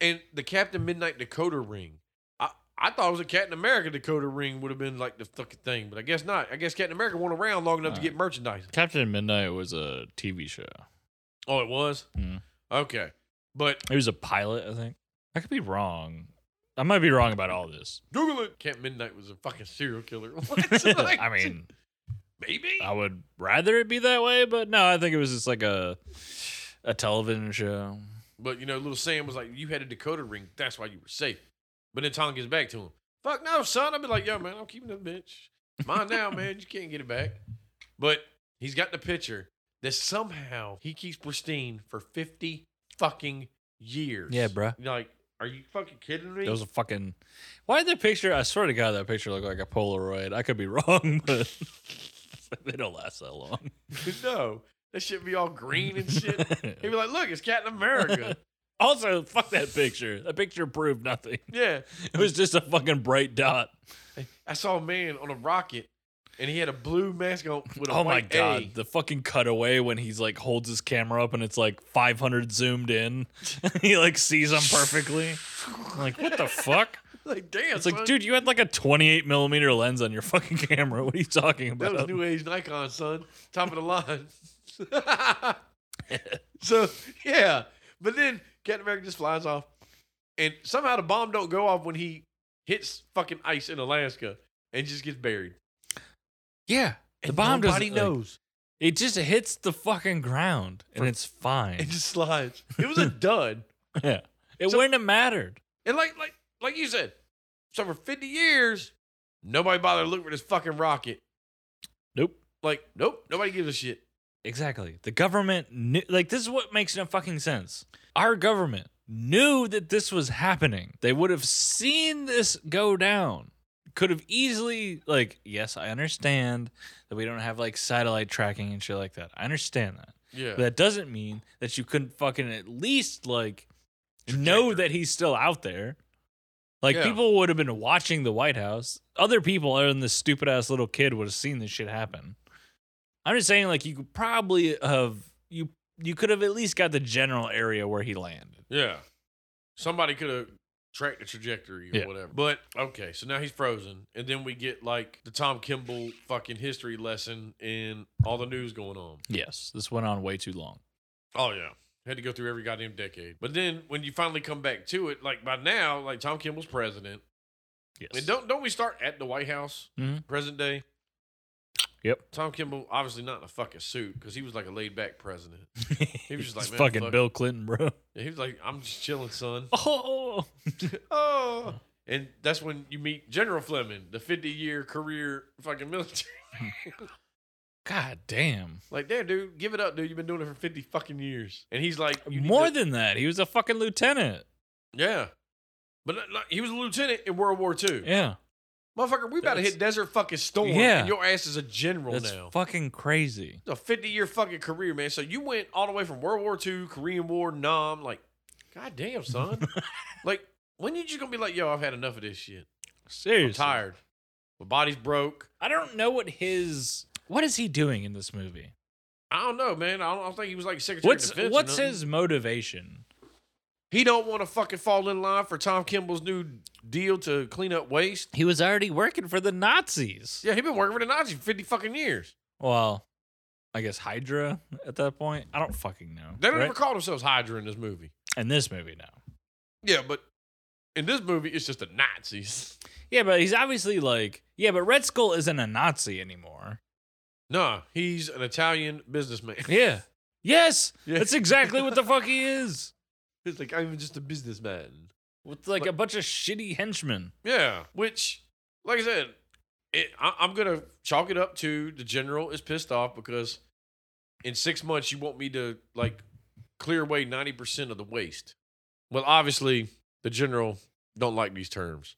[SPEAKER 1] and the Captain Midnight Dakota ring. I, I thought it was a Captain America Dakota ring would have been like the fucking thing, but I guess not. I guess Captain America went around long enough to
[SPEAKER 2] Alright.
[SPEAKER 1] get merchandise.
[SPEAKER 2] Captain Midnight was a TV show.
[SPEAKER 1] Oh, it was?
[SPEAKER 2] Hmm.
[SPEAKER 1] Okay. But
[SPEAKER 2] It was a pilot, I think. I could be wrong. I might be wrong about all this.
[SPEAKER 1] Google it. Camp Midnight was a fucking serial killer. What? Like,
[SPEAKER 2] I mean,
[SPEAKER 1] maybe.
[SPEAKER 2] I would rather it be that way, but no, I think it was just like a a television show.
[SPEAKER 1] But you know, little Sam was like, "You had a Dakota ring. That's why you were safe." But then Tom gets back to him. Fuck no, son. I'd be like, "Yo, man, I'm keeping the bitch. Mine now, man. You can't get it back." But he's got the picture that somehow he keeps pristine for fifty fucking years.
[SPEAKER 2] Yeah, bruh.
[SPEAKER 1] You're like, are you fucking kidding me?
[SPEAKER 2] It was a fucking. Why did the picture? I swear to God, that picture looked like a Polaroid. I could be wrong, but they don't last that long.
[SPEAKER 1] no, that shit be all green and shit. He'd be like, "Look, it's Captain America."
[SPEAKER 2] also, fuck that picture. That picture proved nothing.
[SPEAKER 1] yeah.
[SPEAKER 2] It was just a fucking bright dot.
[SPEAKER 1] I saw a man on a rocket, and he had a blue mask on with a
[SPEAKER 2] Oh my
[SPEAKER 1] white
[SPEAKER 2] god,
[SPEAKER 1] A.
[SPEAKER 2] the fucking cutaway when he's like holds his camera up and it's like 500 zoomed in. he like sees them perfectly. I'm like what the fuck?
[SPEAKER 1] Like damn,
[SPEAKER 2] It's like,
[SPEAKER 1] son,
[SPEAKER 2] dude, you had like a 28 millimeter lens on your fucking camera. What are you talking
[SPEAKER 1] that was
[SPEAKER 2] about?
[SPEAKER 1] new age Nikon, son, top of the line. so yeah, but then Captain America just flies off, and somehow the bomb don't go off when he hits fucking ice in Alaska and just gets buried.
[SPEAKER 2] Yeah. The
[SPEAKER 1] And
[SPEAKER 2] bomb
[SPEAKER 1] nobody
[SPEAKER 2] doesn't like,
[SPEAKER 1] knows.
[SPEAKER 2] it just hits the fucking ground and it's fine.
[SPEAKER 1] it just slides. It was a dud.
[SPEAKER 2] yeah. It
[SPEAKER 1] So-
[SPEAKER 2] wouldn't have mattered.
[SPEAKER 1] And like like like you said, so for fifty years, nobody bothered to look for this fucking rocket.
[SPEAKER 2] Nope.
[SPEAKER 1] Like nope, nobody gives a shit.
[SPEAKER 2] Exactly. The government knew, like this is what makes no fucking sense. Our government knew that this was happening. They would have seen this go down. Could have easily like, yes, I understand that we don't have like satellite tracking and shit like that. I understand that.
[SPEAKER 1] Yeah.
[SPEAKER 2] But that doesn't mean that you couldn't fucking at least like know
[SPEAKER 1] Trajectory.
[SPEAKER 2] that he's still out there. Like
[SPEAKER 1] Yeah.
[SPEAKER 2] people would have been watching the White House. Other people other than this stupid ass little kid would have seen this shit happen. I'm just saying, like you could probably have you you could have at least got the general area where he landed.
[SPEAKER 1] Yeah. Somebody could have tracked the trajectory or
[SPEAKER 2] Yeah.
[SPEAKER 1] whatever. But okay, so now he's frozen. And then we get like the Tom Kimball fucking history lesson and all the news going on.
[SPEAKER 2] Yes, this went on way too long.
[SPEAKER 1] Oh yeah. Had to go through every goddamn decade. But then when you finally come back to it, like by now, like Tom Kimball's president.
[SPEAKER 2] Yes,
[SPEAKER 1] And don't don't we start at the White House
[SPEAKER 2] Mhm.
[SPEAKER 1] present day?
[SPEAKER 2] Yep.
[SPEAKER 1] Tom Kimball obviously not in a fucking suit because he was like a laid back president.
[SPEAKER 2] he
[SPEAKER 1] was just like, "Man,
[SPEAKER 2] fucking
[SPEAKER 1] fuck."
[SPEAKER 2] Bill Clinton, bro.
[SPEAKER 1] And he was like, I'm just chilling, son.
[SPEAKER 2] Oh,
[SPEAKER 1] oh. And that's when you meet General Fleming, the 50 year career fucking military.
[SPEAKER 2] god damn.
[SPEAKER 1] Like, damn, dude, give it up, dude. You've been doing it for 50 fucking years. And he's like, you need
[SPEAKER 2] More
[SPEAKER 1] to-
[SPEAKER 2] than that, he was a fucking lieutenant.
[SPEAKER 1] Yeah. But uh, like, he was a lieutenant in World War II.
[SPEAKER 2] Yeah.
[SPEAKER 1] Motherfucker, we about to
[SPEAKER 2] That's-
[SPEAKER 1] hit Desert fucking Storm.
[SPEAKER 2] Yeah.
[SPEAKER 1] And your ass is a general
[SPEAKER 2] That's
[SPEAKER 1] now.
[SPEAKER 2] fucking crazy.
[SPEAKER 1] It's a 50 year fucking career, man. So you went all the way from World War II, Korean War, Nam. Like, goddamn, son. like, when you just gonna be like, yo, I've had enough of this shit?
[SPEAKER 2] Seriously.
[SPEAKER 1] I'm tired. My body's broke.
[SPEAKER 2] I don't know what his what is he doing in this movie?
[SPEAKER 1] I don't know, man. I don't, I don't think he was like Secretary
[SPEAKER 2] What's
[SPEAKER 1] of Defense. or
[SPEAKER 2] what's
[SPEAKER 1] nothing.
[SPEAKER 2] his motivation?
[SPEAKER 1] He don't want to fucking fall in line for Tom Kimball's new deal to clean up waste.
[SPEAKER 2] He was already working for the Nazis.
[SPEAKER 1] Yeah, he been working for the Nazis for fifty fucking years.
[SPEAKER 2] Well, I guess Hydra at that point. I don't fucking know.
[SPEAKER 1] They don't
[SPEAKER 2] right?
[SPEAKER 1] ever call themselves Hydra in this movie.
[SPEAKER 2] in this movie now.
[SPEAKER 1] Yeah, but in this movie, it's just the Nazis.
[SPEAKER 2] Yeah, but he's obviously like yeah, but Red Skull isn't a Nazi anymore.
[SPEAKER 1] Nah, he's an Italian businessman.
[SPEAKER 2] Yeah. Yes,
[SPEAKER 1] Yeah.
[SPEAKER 2] that's exactly what the fuck he is.
[SPEAKER 1] It's like I'm just a businessman.
[SPEAKER 2] With like a bunch of shitty henchmen.
[SPEAKER 1] Yeah, which, like I said, it, I, I'm gonna chalk it up to the general is pissed off because in six months you want me to like clear away ninety percent of the waste. Well, obviously the general don't like these terms,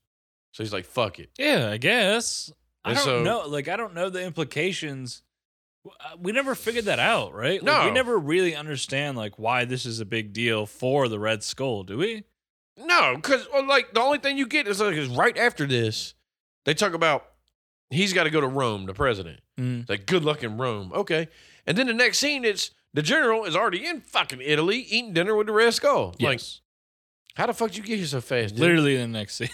[SPEAKER 1] so he's like, "Fuck it."
[SPEAKER 2] Yeah, I guess. I
[SPEAKER 1] And
[SPEAKER 2] don't
[SPEAKER 1] so-
[SPEAKER 2] know. Like, I don't know the implications. Uh, We never figured that out, right? Like,
[SPEAKER 1] No.
[SPEAKER 2] we never really understand like why this is a big deal for the Red Skull, do we?
[SPEAKER 1] No, because like the only thing you get is like is right after this, they talk about he's got to go to Rome, the president.
[SPEAKER 2] Mm.
[SPEAKER 1] Like, good luck in Rome. Okay. And then the next scene, it's the general is already in fucking Italy eating dinner with the Red Skull. Like, How the fuck did you get here so fast? Dude?
[SPEAKER 2] literally the next scene.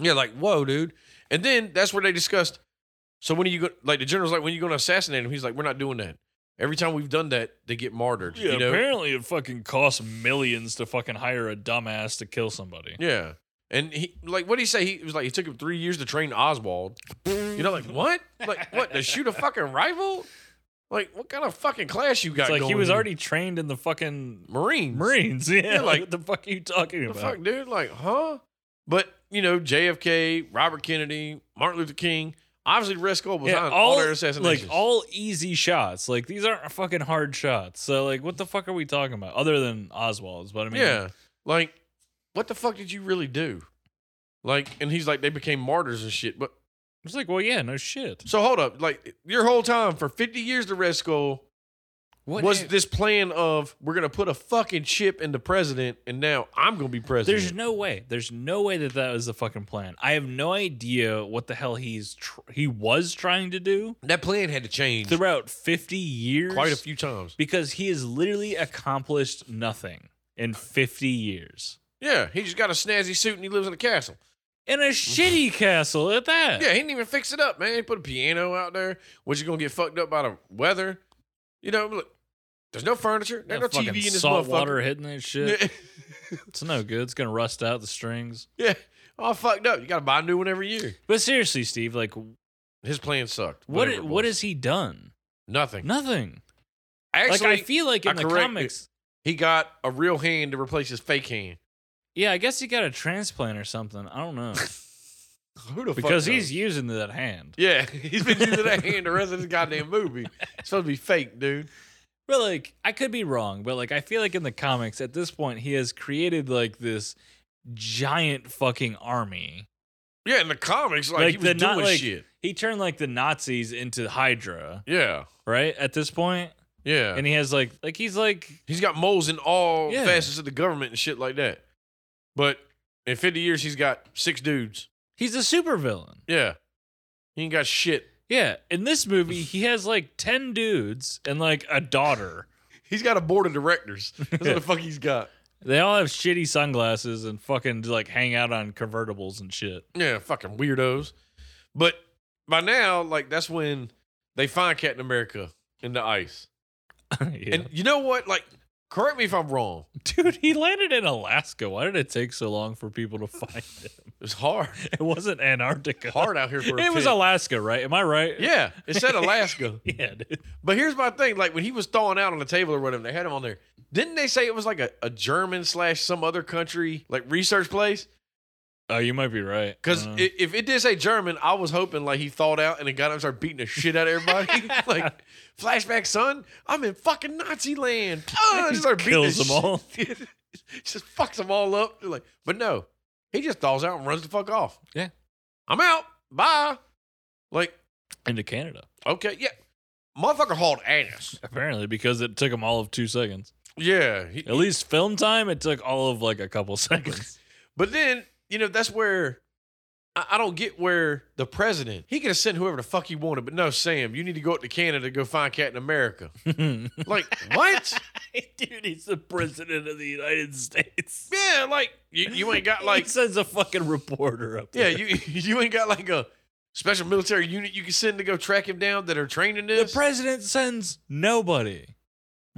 [SPEAKER 1] Yeah, like, whoa, dude. And then that's where they discussed. So when are you go like the general's like, when are you gonna assassinate him? He's like, We're not doing that. Every time we've done that, they get martyred. you know?
[SPEAKER 2] apparently it fucking costs millions to fucking hire a dumbass to kill somebody.
[SPEAKER 1] Yeah. And he like what did he say? He it was like it took him three years to train Oswald. You know, like what? Like what? To shoot a fucking rifle? Like what kind of fucking class you got?
[SPEAKER 2] It's like he
[SPEAKER 1] going
[SPEAKER 2] was
[SPEAKER 1] here?
[SPEAKER 2] already trained in the fucking
[SPEAKER 1] Marines.
[SPEAKER 2] Marines. Yeah,
[SPEAKER 1] Yeah, like-
[SPEAKER 2] like what the fuck are you talking
[SPEAKER 1] The
[SPEAKER 2] about?
[SPEAKER 1] fuck, dude? Like, huh? But you know, JFK, Robert Kennedy, Martin Luther King. Obviously, Red Skull was
[SPEAKER 2] Yeah,
[SPEAKER 1] on all,
[SPEAKER 2] all-
[SPEAKER 1] their
[SPEAKER 2] like
[SPEAKER 1] assassinations.
[SPEAKER 2] all easy shots. Like these aren't fucking hard shots. So like, what the fuck are we talking about? Other than Oswald's, but I mean,
[SPEAKER 1] yeah. Like, what the fuck did you really do? Like, and he's like, they became martyrs and shit. But
[SPEAKER 2] It's like, well, yeah, no shit.
[SPEAKER 1] so hold up, like your whole time for fifty years, the Red Skull
[SPEAKER 2] What
[SPEAKER 1] was this plan of we're gonna put a fucking chip in the president, and now I'm gonna be president.
[SPEAKER 2] There's no way. There's no way that that was the fucking plan. I have no idea what the hell he's tr- he was trying to do
[SPEAKER 1] that plan had to change
[SPEAKER 2] throughout 50 years.
[SPEAKER 1] quite a few times.
[SPEAKER 2] because he has literally accomplished nothing in 50 years
[SPEAKER 1] Yeah, he just got a snazzy suit and he lives in a castle.
[SPEAKER 2] in a shitty castle at that.
[SPEAKER 1] Yeah, he didn't even fix it up, man. He put a piano out there, which is gonna get fucked up by the weather. You know, look, There's no furniture. There's no
[SPEAKER 2] Got
[SPEAKER 1] TV in
[SPEAKER 2] fucking
[SPEAKER 1] this
[SPEAKER 2] salt
[SPEAKER 1] motherfucker.
[SPEAKER 2] water hitting that shit.
[SPEAKER 1] Yeah.
[SPEAKER 2] It's no good. It's gonna rust out the strings.
[SPEAKER 1] yeah. All fucked up. You got to buy a new one every year.
[SPEAKER 2] But seriously, Steve, like,
[SPEAKER 1] His plan sucked.
[SPEAKER 2] what
[SPEAKER 1] whatever it
[SPEAKER 2] what
[SPEAKER 1] was.
[SPEAKER 2] has he done?
[SPEAKER 1] Nothing.
[SPEAKER 2] Nothing.
[SPEAKER 1] Actually,
[SPEAKER 2] like I feel like in
[SPEAKER 1] I
[SPEAKER 2] the
[SPEAKER 1] correct-
[SPEAKER 2] comics,
[SPEAKER 1] he got a real hand to replace his fake hand.
[SPEAKER 2] yeah, I guess he got a transplant or something. I don't know
[SPEAKER 1] Who the fuck
[SPEAKER 2] because
[SPEAKER 1] knows?
[SPEAKER 2] he's using that hand.
[SPEAKER 1] yeah he's been using that hand the rest of this goddamn movie. It's supposed to be fake, dude.
[SPEAKER 2] But like, I could be wrong, but like, I feel like in the comics at this point, he has created like this giant fucking army.
[SPEAKER 1] Yeah, in the comics, like,
[SPEAKER 2] Like,
[SPEAKER 1] he was
[SPEAKER 2] the
[SPEAKER 1] doing
[SPEAKER 2] not like
[SPEAKER 1] shit.
[SPEAKER 2] he turned like the Nazis into Hydra,
[SPEAKER 1] Yeah,
[SPEAKER 2] right? At this point,
[SPEAKER 1] yeah.
[SPEAKER 2] and he has like like he's like
[SPEAKER 1] He's got moles in all
[SPEAKER 2] Yeah.
[SPEAKER 1] facets of the government and shit like that. But in 50 years, he's got six dudes.
[SPEAKER 2] he's a supervillain.
[SPEAKER 1] Yeah. He ain't got shit.
[SPEAKER 2] Yeah, in this movie, he has like ten dudes and like a daughter.
[SPEAKER 1] He's got a board of directors. That's what the fuck he's got.
[SPEAKER 2] They all have shitty sunglasses and fucking like hang out on convertibles and shit.
[SPEAKER 1] Yeah, fucking weirdos. But by now, like, that's when they find Captain America in the ice.
[SPEAKER 2] Yeah.
[SPEAKER 1] And you know what? Like, correct me if I'm wrong.
[SPEAKER 2] dude, he landed in Alaska. Why did it take so long for people to find him?
[SPEAKER 1] It was hard.
[SPEAKER 2] It wasn't Antarctica.
[SPEAKER 1] Hard out here for a
[SPEAKER 2] It was
[SPEAKER 1] pig.
[SPEAKER 2] Alaska, right? Am I right?
[SPEAKER 1] Yeah, it said Alaska.
[SPEAKER 2] Yeah, dude.
[SPEAKER 1] But here's my thing: like when he was thawing out on the table or whatever, they had him on there. Didn't they say it was like a, a German slash some other country like research place?
[SPEAKER 2] Oh, you might be right.
[SPEAKER 1] Because
[SPEAKER 2] Uh,
[SPEAKER 1] if it did say German, I was hoping like he thawed out and then got up and started beating the shit out of everybody. like flashback, son, I'm in fucking Nazi land. Oh,
[SPEAKER 2] He
[SPEAKER 1] just started beating
[SPEAKER 2] kills
[SPEAKER 1] the
[SPEAKER 2] them all.
[SPEAKER 1] shit. just fucks them all up. They're like, but no, he just thaws out and runs the fuck off.
[SPEAKER 2] Yeah.
[SPEAKER 1] I'm out. Bye. Like,
[SPEAKER 2] into Canada
[SPEAKER 1] okay, yeah, motherfucker hauled ass.
[SPEAKER 2] apparently because it took him all of two seconds.
[SPEAKER 1] Yeah, he,
[SPEAKER 2] At least film time, it took all of like a couple seconds.
[SPEAKER 1] But then, you know, that's where I, I don't get where the president, he could have sent whoever the fuck he wanted, but no, Sam, you need to go up to Canada to go find Captain America.
[SPEAKER 2] dude,
[SPEAKER 1] Like, what?
[SPEAKER 2] he's the president of the United States.
[SPEAKER 1] Yeah, like, you, you ain't got like,
[SPEAKER 2] he sends a fucking reporter up.
[SPEAKER 1] yeah,
[SPEAKER 2] there.
[SPEAKER 1] you, you ain't got like a special military unit you can send to go track him down that are trained in
[SPEAKER 2] The
[SPEAKER 1] this.
[SPEAKER 2] president sends nobody.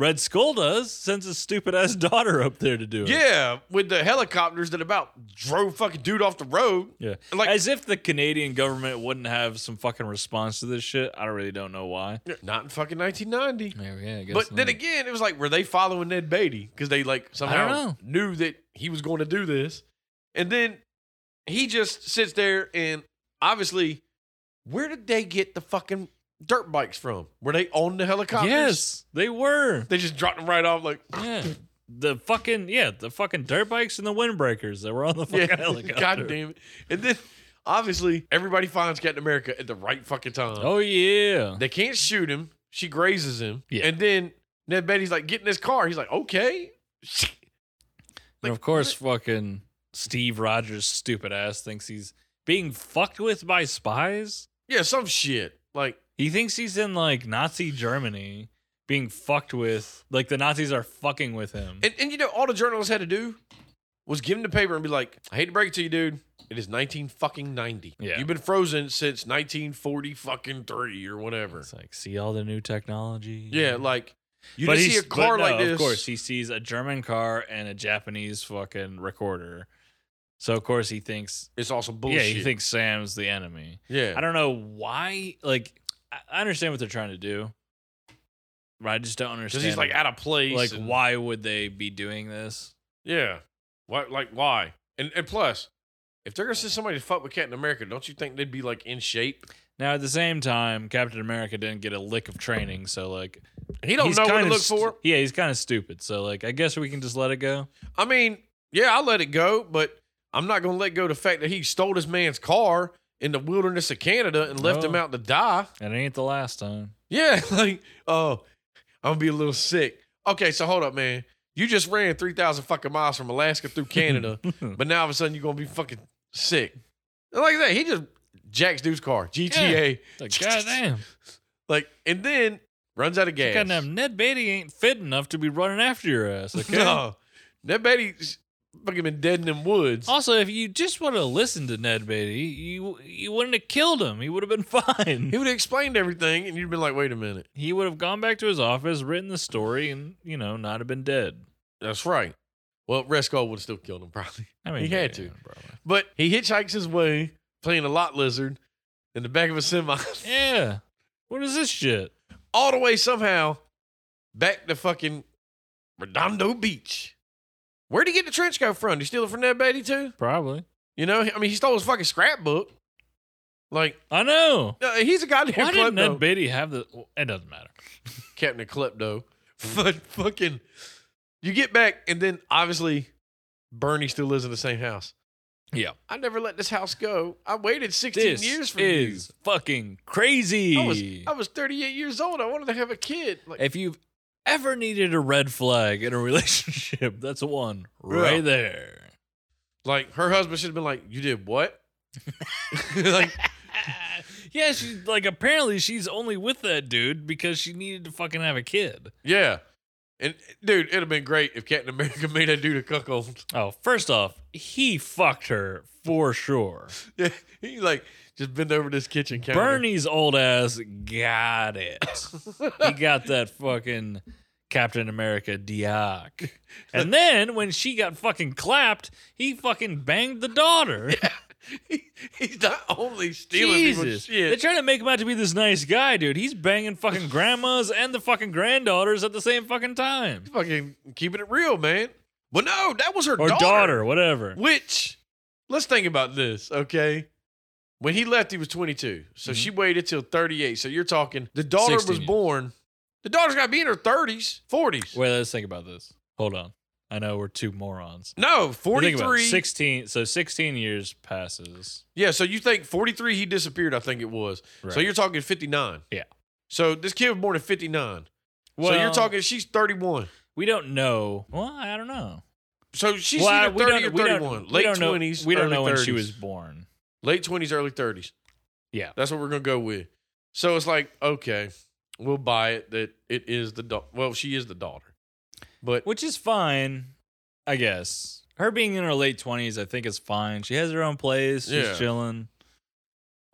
[SPEAKER 2] Red Skull does sends his stupid ass daughter up there to do it.
[SPEAKER 1] yeah, with the helicopters that about drove fucking dude off the road.
[SPEAKER 2] Yeah.
[SPEAKER 1] Like-
[SPEAKER 2] As if the Canadian government wouldn't have some fucking response to this shit. I really don't know why.
[SPEAKER 1] Not in fucking 1990.
[SPEAKER 2] Yeah, I guess.
[SPEAKER 1] But then again, it was like, were they following Ned Beatty because they like somehow
[SPEAKER 2] know.
[SPEAKER 1] knew that he was going to do this, and then he just sits there and obviously, where did they get the fucking dirt bikes from? Were they on the helicopters?
[SPEAKER 2] yes, they were.
[SPEAKER 1] they just dropped them right off. Like,
[SPEAKER 2] Yeah. The fucking yeah, the fucking dirt bikes and the windbreakers that were on the fucking
[SPEAKER 1] yeah,
[SPEAKER 2] helicopter.
[SPEAKER 1] god damn it! And then obviously, everybody finds Captain America at the right fucking time.
[SPEAKER 2] Oh yeah.
[SPEAKER 1] They can't shoot him. She grazes him,
[SPEAKER 2] Yeah.
[SPEAKER 1] and then Ned Beatty's like, "Get in this car." He's like, "Okay."
[SPEAKER 2] and of course, fucking Steve Rogers' stupid ass thinks he's being fucked with by spies.
[SPEAKER 1] Yeah, some shit. Like,
[SPEAKER 2] He thinks he's in like Nazi Germany being fucked with. Like the Nazis are fucking with him.
[SPEAKER 1] And, and you know, all the journalists had to do was give him the paper and be like, I hate to break it to you, dude. It is 19 fucking 90.
[SPEAKER 2] Yeah.
[SPEAKER 1] You've been frozen since 1940 fucking three or whatever.
[SPEAKER 2] it's like, see all the new technology.
[SPEAKER 1] Yeah, like you
[SPEAKER 2] but
[SPEAKER 1] just see
[SPEAKER 2] he's-
[SPEAKER 1] a
[SPEAKER 2] but
[SPEAKER 1] car
[SPEAKER 2] no,
[SPEAKER 1] like this.
[SPEAKER 2] Of course, he sees a German car and a Japanese fucking recorder. So of course he thinks,
[SPEAKER 1] it's also bullshit.
[SPEAKER 2] yeah, he thinks Sam's the enemy.
[SPEAKER 1] yeah.
[SPEAKER 2] I don't know why. Like, I- I understand what they're trying to do, but I just don't
[SPEAKER 1] because
[SPEAKER 2] understand.
[SPEAKER 1] he's like out of place.
[SPEAKER 2] like,
[SPEAKER 1] and-
[SPEAKER 2] why would they be doing this?
[SPEAKER 1] Yeah. Why? Like why? And and plus, if they're gonna send somebody to fuck with Captain America, don't you think they'd be like in shape?
[SPEAKER 2] Now, at the same time, Captain America didn't get a lick of training, so like
[SPEAKER 1] He don't
[SPEAKER 2] he's
[SPEAKER 1] know what
[SPEAKER 2] kinda
[SPEAKER 1] to look
[SPEAKER 2] stu-
[SPEAKER 1] for.
[SPEAKER 2] Yeah, he's kind of stupid. So like, I guess we can just let it go.
[SPEAKER 1] I mean, yeah, I let it go, but I'm not going to let go of the fact that he stole this man's car in the wilderness of Canada and left him
[SPEAKER 2] Oh.
[SPEAKER 1] out to die.
[SPEAKER 2] And it ain't the last time.
[SPEAKER 1] Yeah, like, oh, I'm gonna be a little sick. Okay, so hold up, man. You just ran three thousand fucking miles from Alaska through Canada, but now all of a sudden you're gonna be fucking sick. And like that, he just jacks dude's car, GTA,
[SPEAKER 2] Like, goddamn,
[SPEAKER 1] like, and then runs out of gas.
[SPEAKER 2] goddamn, Ned Beatty ain't fit enough to be running after your ass. Okay,
[SPEAKER 1] No, oh, that Betty fucking been dead in them woods.
[SPEAKER 2] Also, if you just would have listened to Ned Beatty, you you wouldn't have killed him. He would have been fine.
[SPEAKER 1] He would have explained everything, and you'd been like, "Wait a minute,
[SPEAKER 2] He would have gone back to his office, written the story, and you know, not have been dead.
[SPEAKER 1] that's right." Well, Rescall would have still killed him probably,
[SPEAKER 2] I mean,
[SPEAKER 1] He had
[SPEAKER 2] yeah,
[SPEAKER 1] to.
[SPEAKER 2] probably.
[SPEAKER 1] but he hitchhikes his way playing a lot lizard in the back of a semi,
[SPEAKER 2] Yeah. What is this shit?
[SPEAKER 1] all the way somehow back to fucking Redondo Beach. Where'd he get the trench coat from? Did he steal it from Ned Beatty too?
[SPEAKER 2] Probably.
[SPEAKER 1] You know, I mean, he stole his fucking scrapbook. Like,
[SPEAKER 2] I know.
[SPEAKER 1] uh, he's a goddamn
[SPEAKER 2] Why did Ned
[SPEAKER 1] klepto.
[SPEAKER 2] Beatty have the? well, It doesn't matter.
[SPEAKER 1] Captain of Klepto. But fucking, you get back, and then obviously Bernie still lives in the same house.
[SPEAKER 2] Yeah.
[SPEAKER 1] I never let this house go. I waited 16
[SPEAKER 2] This
[SPEAKER 1] years for
[SPEAKER 2] is fucking crazy.
[SPEAKER 1] you. I was, I was 38 years old. I wanted to have a kid. Like,
[SPEAKER 2] if you've ever needed a red flag in a relationship, that's one right
[SPEAKER 1] Yeah.
[SPEAKER 2] there.
[SPEAKER 1] like her husband should have been like, You did what? like,
[SPEAKER 2] yeah, she's like apparently she's only with that dude because she needed to fucking have a kid.
[SPEAKER 1] yeah. And dude, it'd have been great if Captain America made that dude a cuckold.
[SPEAKER 2] Oh, first off, he fucked her for sure.
[SPEAKER 1] Yeah, he like just bend over this kitchen counter.
[SPEAKER 2] Bernie's old ass got it. he got that fucking Captain America Diak. And then when she got fucking clapped, he fucking banged the daughter.
[SPEAKER 1] He- he's not only stealing people's
[SPEAKER 2] Jesus.
[SPEAKER 1] shit.
[SPEAKER 2] They're trying to make him out to be this nice guy, dude. He's banging fucking grandmas and the fucking granddaughters at the same fucking time.
[SPEAKER 1] fucking keeping it real, man. But no, that was her
[SPEAKER 2] Or daughter,
[SPEAKER 1] daughter.
[SPEAKER 2] whatever.
[SPEAKER 1] Which, let's think about this, okay? When he left, he was 22. So
[SPEAKER 2] Mhm.
[SPEAKER 1] she waited till 38. So you're talking the daughter
[SPEAKER 2] 16
[SPEAKER 1] was
[SPEAKER 2] years.
[SPEAKER 1] born. The daughter's got to be in her 30s, 40s.
[SPEAKER 2] Wait, let's think about this. Hold on. I know we're two morons.
[SPEAKER 1] no,
[SPEAKER 2] You think about it,
[SPEAKER 1] 43.
[SPEAKER 2] 16. So 16 years passes.
[SPEAKER 1] Yeah, so you think 43, he disappeared, I think it was. So
[SPEAKER 2] Right.
[SPEAKER 1] you're talking 59.
[SPEAKER 2] Yeah.
[SPEAKER 1] So this kid was born in 59. so you're
[SPEAKER 2] Well-
[SPEAKER 1] talking, she's 31.
[SPEAKER 2] We don't know. Well, I don't know.
[SPEAKER 1] So she's
[SPEAKER 2] well, I-
[SPEAKER 1] either 30 or 31, late
[SPEAKER 2] we don't know-
[SPEAKER 1] 20s.
[SPEAKER 2] We don't
[SPEAKER 1] early
[SPEAKER 2] know when she
[SPEAKER 1] 30s.
[SPEAKER 2] was born.
[SPEAKER 1] Late twenties, early thirties.
[SPEAKER 2] Yeah.
[SPEAKER 1] that's what we're gonna go with. So it's like, okay, we'll buy it that it is the da- well, she is the daughter, but
[SPEAKER 2] Which is fine, I guess. Her being in her late 20s, I think is fine. She has her own place. She's
[SPEAKER 1] Yeah.
[SPEAKER 2] chilling,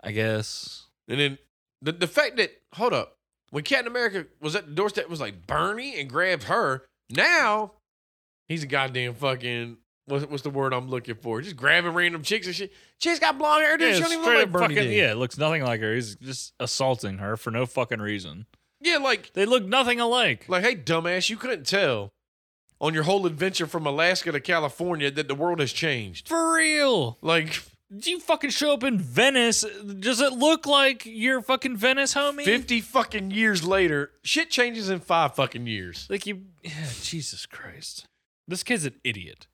[SPEAKER 2] I guess.
[SPEAKER 1] and then the the fact that hold up, when Captain America was at the doorstep, it was like Bernie and grabbed her. Now he's a goddamn fucking. What's, what's the word I'm looking for? Just grabbing random chicks and shit. She's got blonde hair, dude. she don't even look
[SPEAKER 2] straight
[SPEAKER 1] like
[SPEAKER 2] up
[SPEAKER 1] Bernie.
[SPEAKER 2] fucking,
[SPEAKER 1] did.
[SPEAKER 2] yeah, it looks nothing like her. He's just assaulting her for no fucking reason.
[SPEAKER 1] yeah, like
[SPEAKER 2] They look nothing alike.
[SPEAKER 1] Like, hey, dumbass, you couldn't tell on your whole adventure from Alaska to California that the world has changed.
[SPEAKER 2] for real.
[SPEAKER 1] Like
[SPEAKER 2] Do you fucking show up in Venice? Does it look like you're fucking Venice, homie?
[SPEAKER 1] 50 fucking years later, shit changes in five fucking years.
[SPEAKER 2] Like you, yeah, Jesus Christ. This kid's an idiot.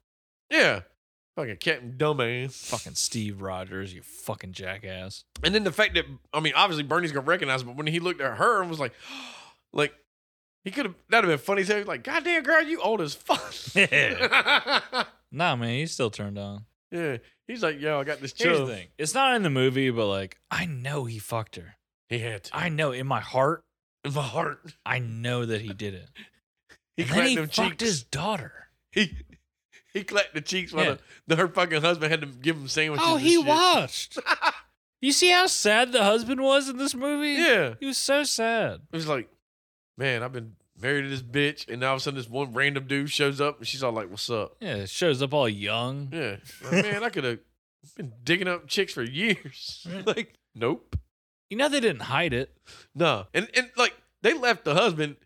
[SPEAKER 1] Yeah. Fucking Captain Dumbass.
[SPEAKER 2] Fucking Steve Rogers, you fucking jackass.
[SPEAKER 1] And then the fact that, I mean, obviously Bernie's gonna recognize, it, but when he looked at her and was like, like, he could have, that'd have been funny. So he was like, goddamn girl, you old as fuck.
[SPEAKER 2] Nah, man, he's still turned on.
[SPEAKER 1] yeah. He's like, yo, I got this
[SPEAKER 2] Here's
[SPEAKER 1] chill.
[SPEAKER 2] the thing. It's not in the movie, but like, I know he fucked her.
[SPEAKER 1] He had to.
[SPEAKER 2] I know in my heart,
[SPEAKER 1] In my heart.
[SPEAKER 2] I know that he did it.
[SPEAKER 1] He
[SPEAKER 2] and then
[SPEAKER 1] clapped
[SPEAKER 2] he
[SPEAKER 1] them
[SPEAKER 2] fucked
[SPEAKER 1] cheeks.
[SPEAKER 2] his daughter.
[SPEAKER 1] he he clapped the cheeks while
[SPEAKER 2] Yeah.
[SPEAKER 1] the, the- her fucking husband had to give him sandwiches.
[SPEAKER 2] Oh,
[SPEAKER 1] and
[SPEAKER 2] he
[SPEAKER 1] shit.
[SPEAKER 2] watched. you see how sad the husband was in this movie?
[SPEAKER 1] Yeah,
[SPEAKER 2] He was so sad.
[SPEAKER 1] it was like, man, I've been married to this bitch, and now all of a sudden this one random dude shows up, and she's all like, "What's up?"
[SPEAKER 2] Yeah, it shows up all young.
[SPEAKER 1] Yeah, Like, man, I could have been digging up chicks for years. like, nope,
[SPEAKER 2] You know they didn't hide it.
[SPEAKER 1] nah, and and like they left the husband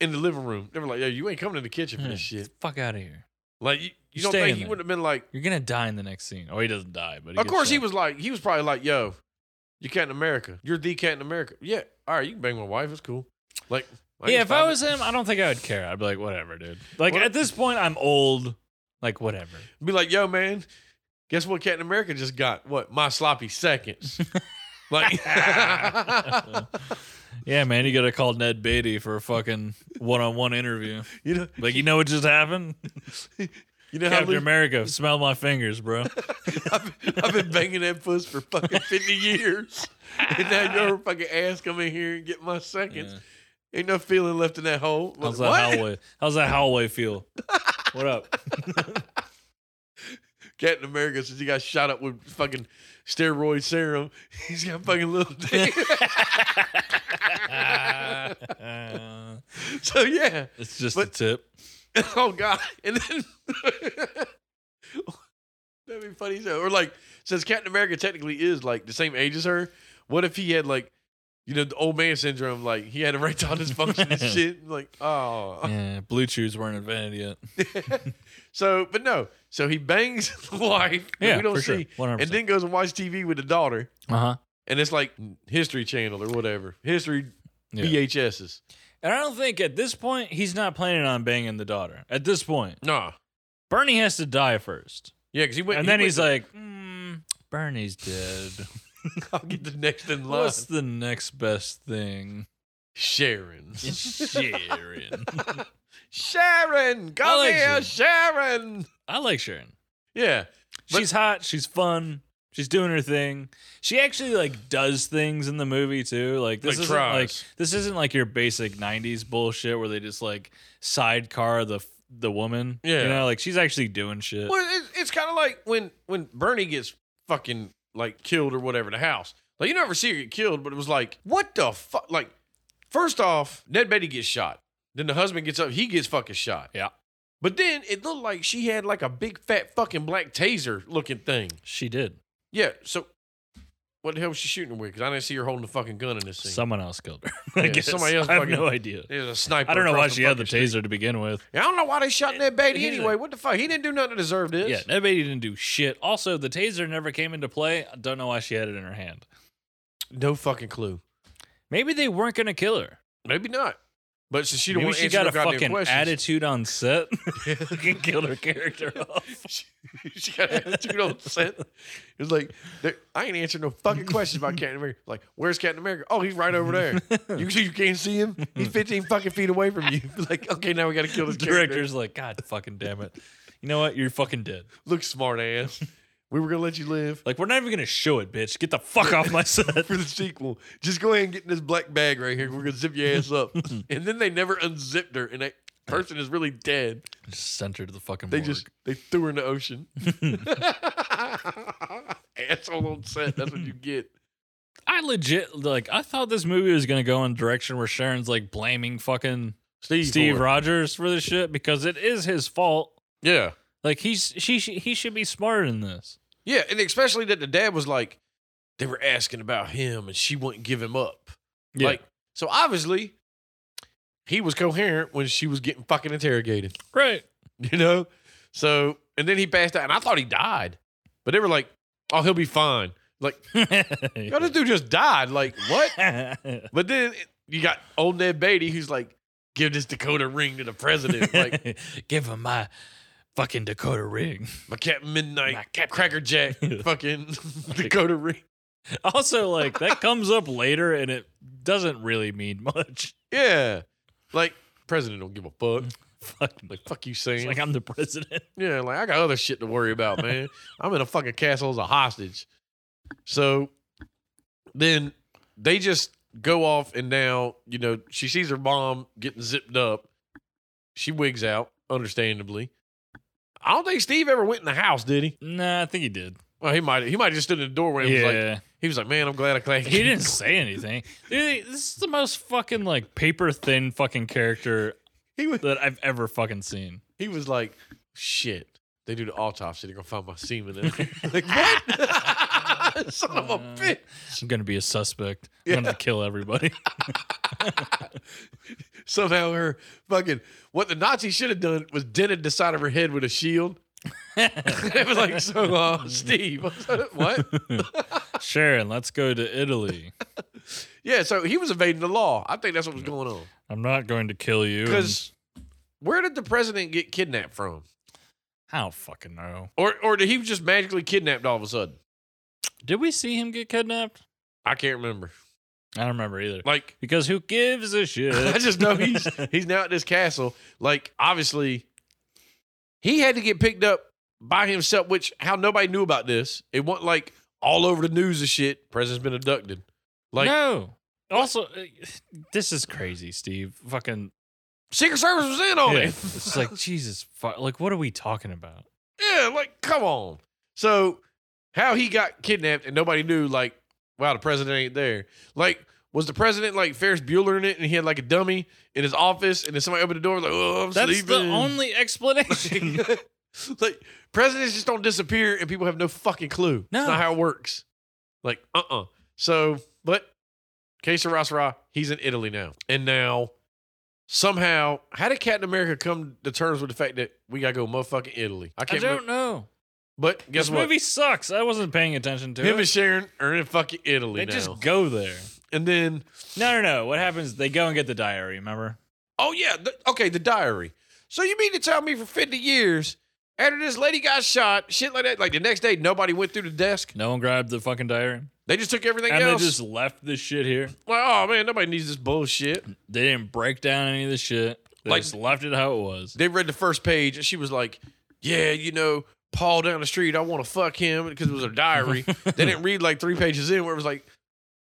[SPEAKER 1] in the living room. They were like, "Yo, you ain't coming in the kitchen for
[SPEAKER 2] Yeah.
[SPEAKER 1] this shit."
[SPEAKER 2] Fuck out of here.
[SPEAKER 1] Like, you, you
[SPEAKER 2] You're
[SPEAKER 1] don't think
[SPEAKER 2] Hmm. staying
[SPEAKER 1] he
[SPEAKER 2] there.
[SPEAKER 1] would have been like?
[SPEAKER 2] You're gonna die in the next scene. Oh, he doesn't die, but he
[SPEAKER 1] Of
[SPEAKER 2] gets
[SPEAKER 1] course, he
[SPEAKER 2] shot.
[SPEAKER 1] was like, he was probably like, "Yo, you Captain America. You're the Captain America. Yeah, all right, you can bang my wife. It's cool." Like, I
[SPEAKER 2] yeah,
[SPEAKER 1] can
[SPEAKER 2] if
[SPEAKER 1] stop
[SPEAKER 2] I
[SPEAKER 1] it.
[SPEAKER 2] was him, I don't think I would care. I'd be like, whatever, dude. Like
[SPEAKER 1] What-
[SPEAKER 2] at this point, I'm old. Like whatever.
[SPEAKER 1] be like, "Yo, man, guess what? Captain America just got what my sloppy seconds." like,
[SPEAKER 2] Yeah, man, you gotta call Ned Beatty for a fucking one-on-one interview.
[SPEAKER 1] you know,
[SPEAKER 2] Like, you know what just happened?
[SPEAKER 1] you know how
[SPEAKER 2] Captain
[SPEAKER 1] Luke-
[SPEAKER 2] America, smell my fingers, bro.
[SPEAKER 1] I've, I've been banging that puss for fucking fifty years, and now your fucking ass come in here and get my seconds.
[SPEAKER 2] Yeah.
[SPEAKER 1] Ain't no feeling left in that hole. Like,
[SPEAKER 2] How's that hallway? How's that hallway feel? What up?
[SPEAKER 1] Captain America since he got shot up with fucking steroid serum. He's got fucking little dick. so yeah.
[SPEAKER 2] it's just
[SPEAKER 1] But-
[SPEAKER 2] a tip.
[SPEAKER 1] Oh god. And then that'd be funny. So or like since Captain America technically is like the same age as her, what if he had like you know the old man syndrome, like he had erectile dysfunction and shit. Like, oh,
[SPEAKER 2] Yeah, blue chews weren't invented yet.
[SPEAKER 1] so, but no. So he bangs the wife. that
[SPEAKER 2] Yeah,
[SPEAKER 1] we don't
[SPEAKER 2] for sure.
[SPEAKER 1] see.
[SPEAKER 2] 100%.
[SPEAKER 1] And then goes and watches TV with the daughter.
[SPEAKER 2] Uh huh.
[SPEAKER 1] And it's like History Channel or whatever. History
[SPEAKER 2] Yeah.
[SPEAKER 1] VHSs.
[SPEAKER 2] And I don't think at this point he's not planning on banging the daughter. At this point,
[SPEAKER 1] Nah.
[SPEAKER 2] Bernie has to die first,
[SPEAKER 1] Yeah, because he went.
[SPEAKER 2] and
[SPEAKER 1] he "Hmm,
[SPEAKER 2] then
[SPEAKER 1] went
[SPEAKER 2] he's
[SPEAKER 1] to-
[SPEAKER 2] like, mm, "Bernie's dead.
[SPEAKER 1] "I'll get the next in line."
[SPEAKER 2] What's the next best thing?"
[SPEAKER 1] Sharon.
[SPEAKER 2] Sharon.
[SPEAKER 1] Sharon, come
[SPEAKER 2] like Sharon.
[SPEAKER 1] here, Sharon.
[SPEAKER 2] I like Sharon.
[SPEAKER 1] Yeah, But-
[SPEAKER 2] She's hot. She's fun. She's doing her thing. She actually like does things in the movie too. Like this
[SPEAKER 1] Like
[SPEAKER 2] isn't
[SPEAKER 1] tries.
[SPEAKER 2] like this isn't like your basic '90s bullshit where they just like sidecar the the woman.
[SPEAKER 1] Yeah.
[SPEAKER 2] you know, like she's actually doing shit.
[SPEAKER 1] well, it's, it's kind of like when when Bernie gets fucking like killed or whatever in the house. Like you never see her get killed, but it was like, what the fuck? Like, first off, Ned Betty gets shot. Then the husband gets up, he gets fucking shot.
[SPEAKER 2] Yeah.
[SPEAKER 1] But then it looked like she had like a big fat fucking black taser looking thing.
[SPEAKER 2] She did.
[SPEAKER 1] Yeah. So, what the hell was she shooting with? Because I didn't see her holding the fucking gun in this thing.
[SPEAKER 2] Someone else killed her. I
[SPEAKER 1] Yeah,
[SPEAKER 2] guess.
[SPEAKER 1] somebody else
[SPEAKER 2] I have
[SPEAKER 1] fucking-
[SPEAKER 2] no idea.
[SPEAKER 1] There's a sniper.
[SPEAKER 2] I don't know why
[SPEAKER 1] across
[SPEAKER 2] she had the
[SPEAKER 1] fucking street.
[SPEAKER 2] taser to begin with.
[SPEAKER 1] Yeah, I don't know why they shot Ned Beatty
[SPEAKER 2] here's the-
[SPEAKER 1] anyway. What the fuck? He didn't do nothing to deserve this.
[SPEAKER 2] Yeah, Ned Beatty didn't do shit. Also, the taser never came into play. I don't know why she had it in her hand.
[SPEAKER 1] No fucking clue.
[SPEAKER 2] Maybe they weren't gonna kill her.
[SPEAKER 1] Maybe not. But since she don't
[SPEAKER 2] Maybe
[SPEAKER 1] want to
[SPEAKER 2] she
[SPEAKER 1] answer
[SPEAKER 2] got
[SPEAKER 1] no
[SPEAKER 2] a
[SPEAKER 1] goddamn
[SPEAKER 2] fucking
[SPEAKER 1] questions,
[SPEAKER 2] attitude on set. fucking killed her character off.
[SPEAKER 1] she got attitude on set. It's like there- I ain't answering no fucking questions about Captain America. Like, where's Captain America? Oh, he's right over there. You you can't see him. He's 15 fucking feet away from you. Like, okay, now we got to kill this character.
[SPEAKER 2] Director's like, God fucking damn it. You know what? You're fucking dead.
[SPEAKER 1] Look smart ass. We were gonna let you live
[SPEAKER 2] Like, we're not even gonna show it, bitch. Get the fuck off my set.
[SPEAKER 1] for the sequel. Just go ahead and get in this black bag right here. We're gonna zip your ass up. and then they never unzipped her, and that person is really dead.
[SPEAKER 2] Just sent her to the fucking.
[SPEAKER 1] They
[SPEAKER 2] morgue.
[SPEAKER 1] just they threw her in the ocean. Asshole on set. That's what you get.
[SPEAKER 2] I legit like. I thought this movie was gonna go in a direction where Sharon's like blaming fucking
[SPEAKER 1] Steve.
[SPEAKER 2] Steve Rogers for this shit because it is his fault.
[SPEAKER 1] Yeah.
[SPEAKER 2] Like he's she sh- he should be smarter than this.
[SPEAKER 1] Yeah, and especially that the dad was like, they were asking about him, and she wouldn't give him up. Like, so obviously, he was coherent when she was getting fucking interrogated.
[SPEAKER 2] right.
[SPEAKER 1] You know. So and then he passed out, and I thought he died, but they were like, oh, he'll be fine. Like, yo, this dude just died. Like, what? But then you got old Ned Beatty who's like, give this Dakota ring to the president. Like,
[SPEAKER 2] give him my fucking Dakota ring.
[SPEAKER 1] my Captain Midnight,
[SPEAKER 2] My Captain-
[SPEAKER 1] Cracker Jack, fucking Dakota ring.
[SPEAKER 2] Also, like that comes up later, and it doesn't really mean much.
[SPEAKER 1] Yeah. Like, president don't give a fuck.
[SPEAKER 2] Fuck,
[SPEAKER 1] Like, fuck you,
[SPEAKER 2] it's
[SPEAKER 1] Sam.
[SPEAKER 2] like I'm the president.
[SPEAKER 1] yeah, like, I got other shit to worry about, man. I'm in a fucking castle as a hostage. So then they just go off, and now, you know, she sees her mom getting zipped up. She wigs out, understandably. I don't think Steve ever went in the house, did he?
[SPEAKER 2] Nah, I think he did.
[SPEAKER 1] Well, he might he might have just stood in the doorway and was like he was like, Man, I'm glad I claimed
[SPEAKER 2] he didn't say anything. Dude, this is the most fucking like paper thin fucking character
[SPEAKER 1] He was
[SPEAKER 2] that I've ever fucking seen.
[SPEAKER 1] he was like, Shit. They do the autopsy, they're gonna find my semen in there. like, what? Son of a bitch.
[SPEAKER 2] I'm gonna be a suspect. I'm
[SPEAKER 1] Yeah.
[SPEAKER 2] gonna kill everybody.
[SPEAKER 1] Somehow her fucking what the Nazis should have done was dented the side of her head with a shield. it was like, so uh, Steve. what?
[SPEAKER 2] Sharon, let's go to Italy.
[SPEAKER 1] Yeah, so he was evading the law. I think that's what was going on.
[SPEAKER 2] I'm not going to kill you. and-
[SPEAKER 1] Because where did the president get kidnapped from?
[SPEAKER 2] I don't fucking know.
[SPEAKER 1] Or or did he just magically kidnapped all of a sudden?
[SPEAKER 2] Did we see him get kidnapped?
[SPEAKER 1] I can't remember.
[SPEAKER 2] I don't remember either.
[SPEAKER 1] Like
[SPEAKER 2] Because who gives a shit?
[SPEAKER 1] I just know he's he's now at this castle. Like obviously, he had to get picked up by himself, which how nobody knew about this. It wasn't like all over the news and shit. President's been abducted. Like
[SPEAKER 2] no. Also, uh, this is crazy, Steve. Fucking
[SPEAKER 1] Secret Service was in on
[SPEAKER 2] Yeah.
[SPEAKER 1] Oh, it.
[SPEAKER 2] it's like Jesus. Fuck, like, what are we talking about?
[SPEAKER 1] Yeah, like come on. So how he got kidnapped and nobody knew, like, wow, the president ain't there. Like, was the president like Ferris Bueller in it and he had like a dummy in his office and then somebody opened the door like, oh, I'm
[SPEAKER 2] That's the
[SPEAKER 1] sleeping.
[SPEAKER 2] only explanation.
[SPEAKER 1] like presidents just don't disappear and people have no fucking clue.
[SPEAKER 2] No.
[SPEAKER 1] That's not how it works. Like, uh-uh. So, but Case Sarasra, he's in Italy now. And now somehow, how did Captain America come to terms with the fact that we gotta go motherfucking Italy? I
[SPEAKER 2] I
[SPEAKER 1] can't remember.
[SPEAKER 2] don't know.
[SPEAKER 1] But guess
[SPEAKER 2] this
[SPEAKER 1] what?
[SPEAKER 2] movie sucks. I wasn't paying attention to
[SPEAKER 1] Him
[SPEAKER 2] it.
[SPEAKER 1] and Sharon are in fucking Italy
[SPEAKER 2] they
[SPEAKER 1] now.
[SPEAKER 2] just go there.
[SPEAKER 1] and then,
[SPEAKER 2] No, no, no. What happens? They go and get the diary. Remember?
[SPEAKER 1] oh yeah, the, okay, the diary. So you mean to tell me for 50 years, after this lady got shot, shit like that, like the next day, nobody went through the desk?
[SPEAKER 2] No one grabbed the fucking diary,
[SPEAKER 1] They just took everything
[SPEAKER 2] and
[SPEAKER 1] else?
[SPEAKER 2] they just left this shit here.
[SPEAKER 1] like, oh man, nobody needs this bullshit.
[SPEAKER 2] They didn't break down any of the shit. They
[SPEAKER 1] Like-
[SPEAKER 2] just left it how it was.
[SPEAKER 1] They read the first page and she was like, yeah, you know, Paul down the street, I want to fuck him because it was her diary. they didn't read like three pages in where it was like,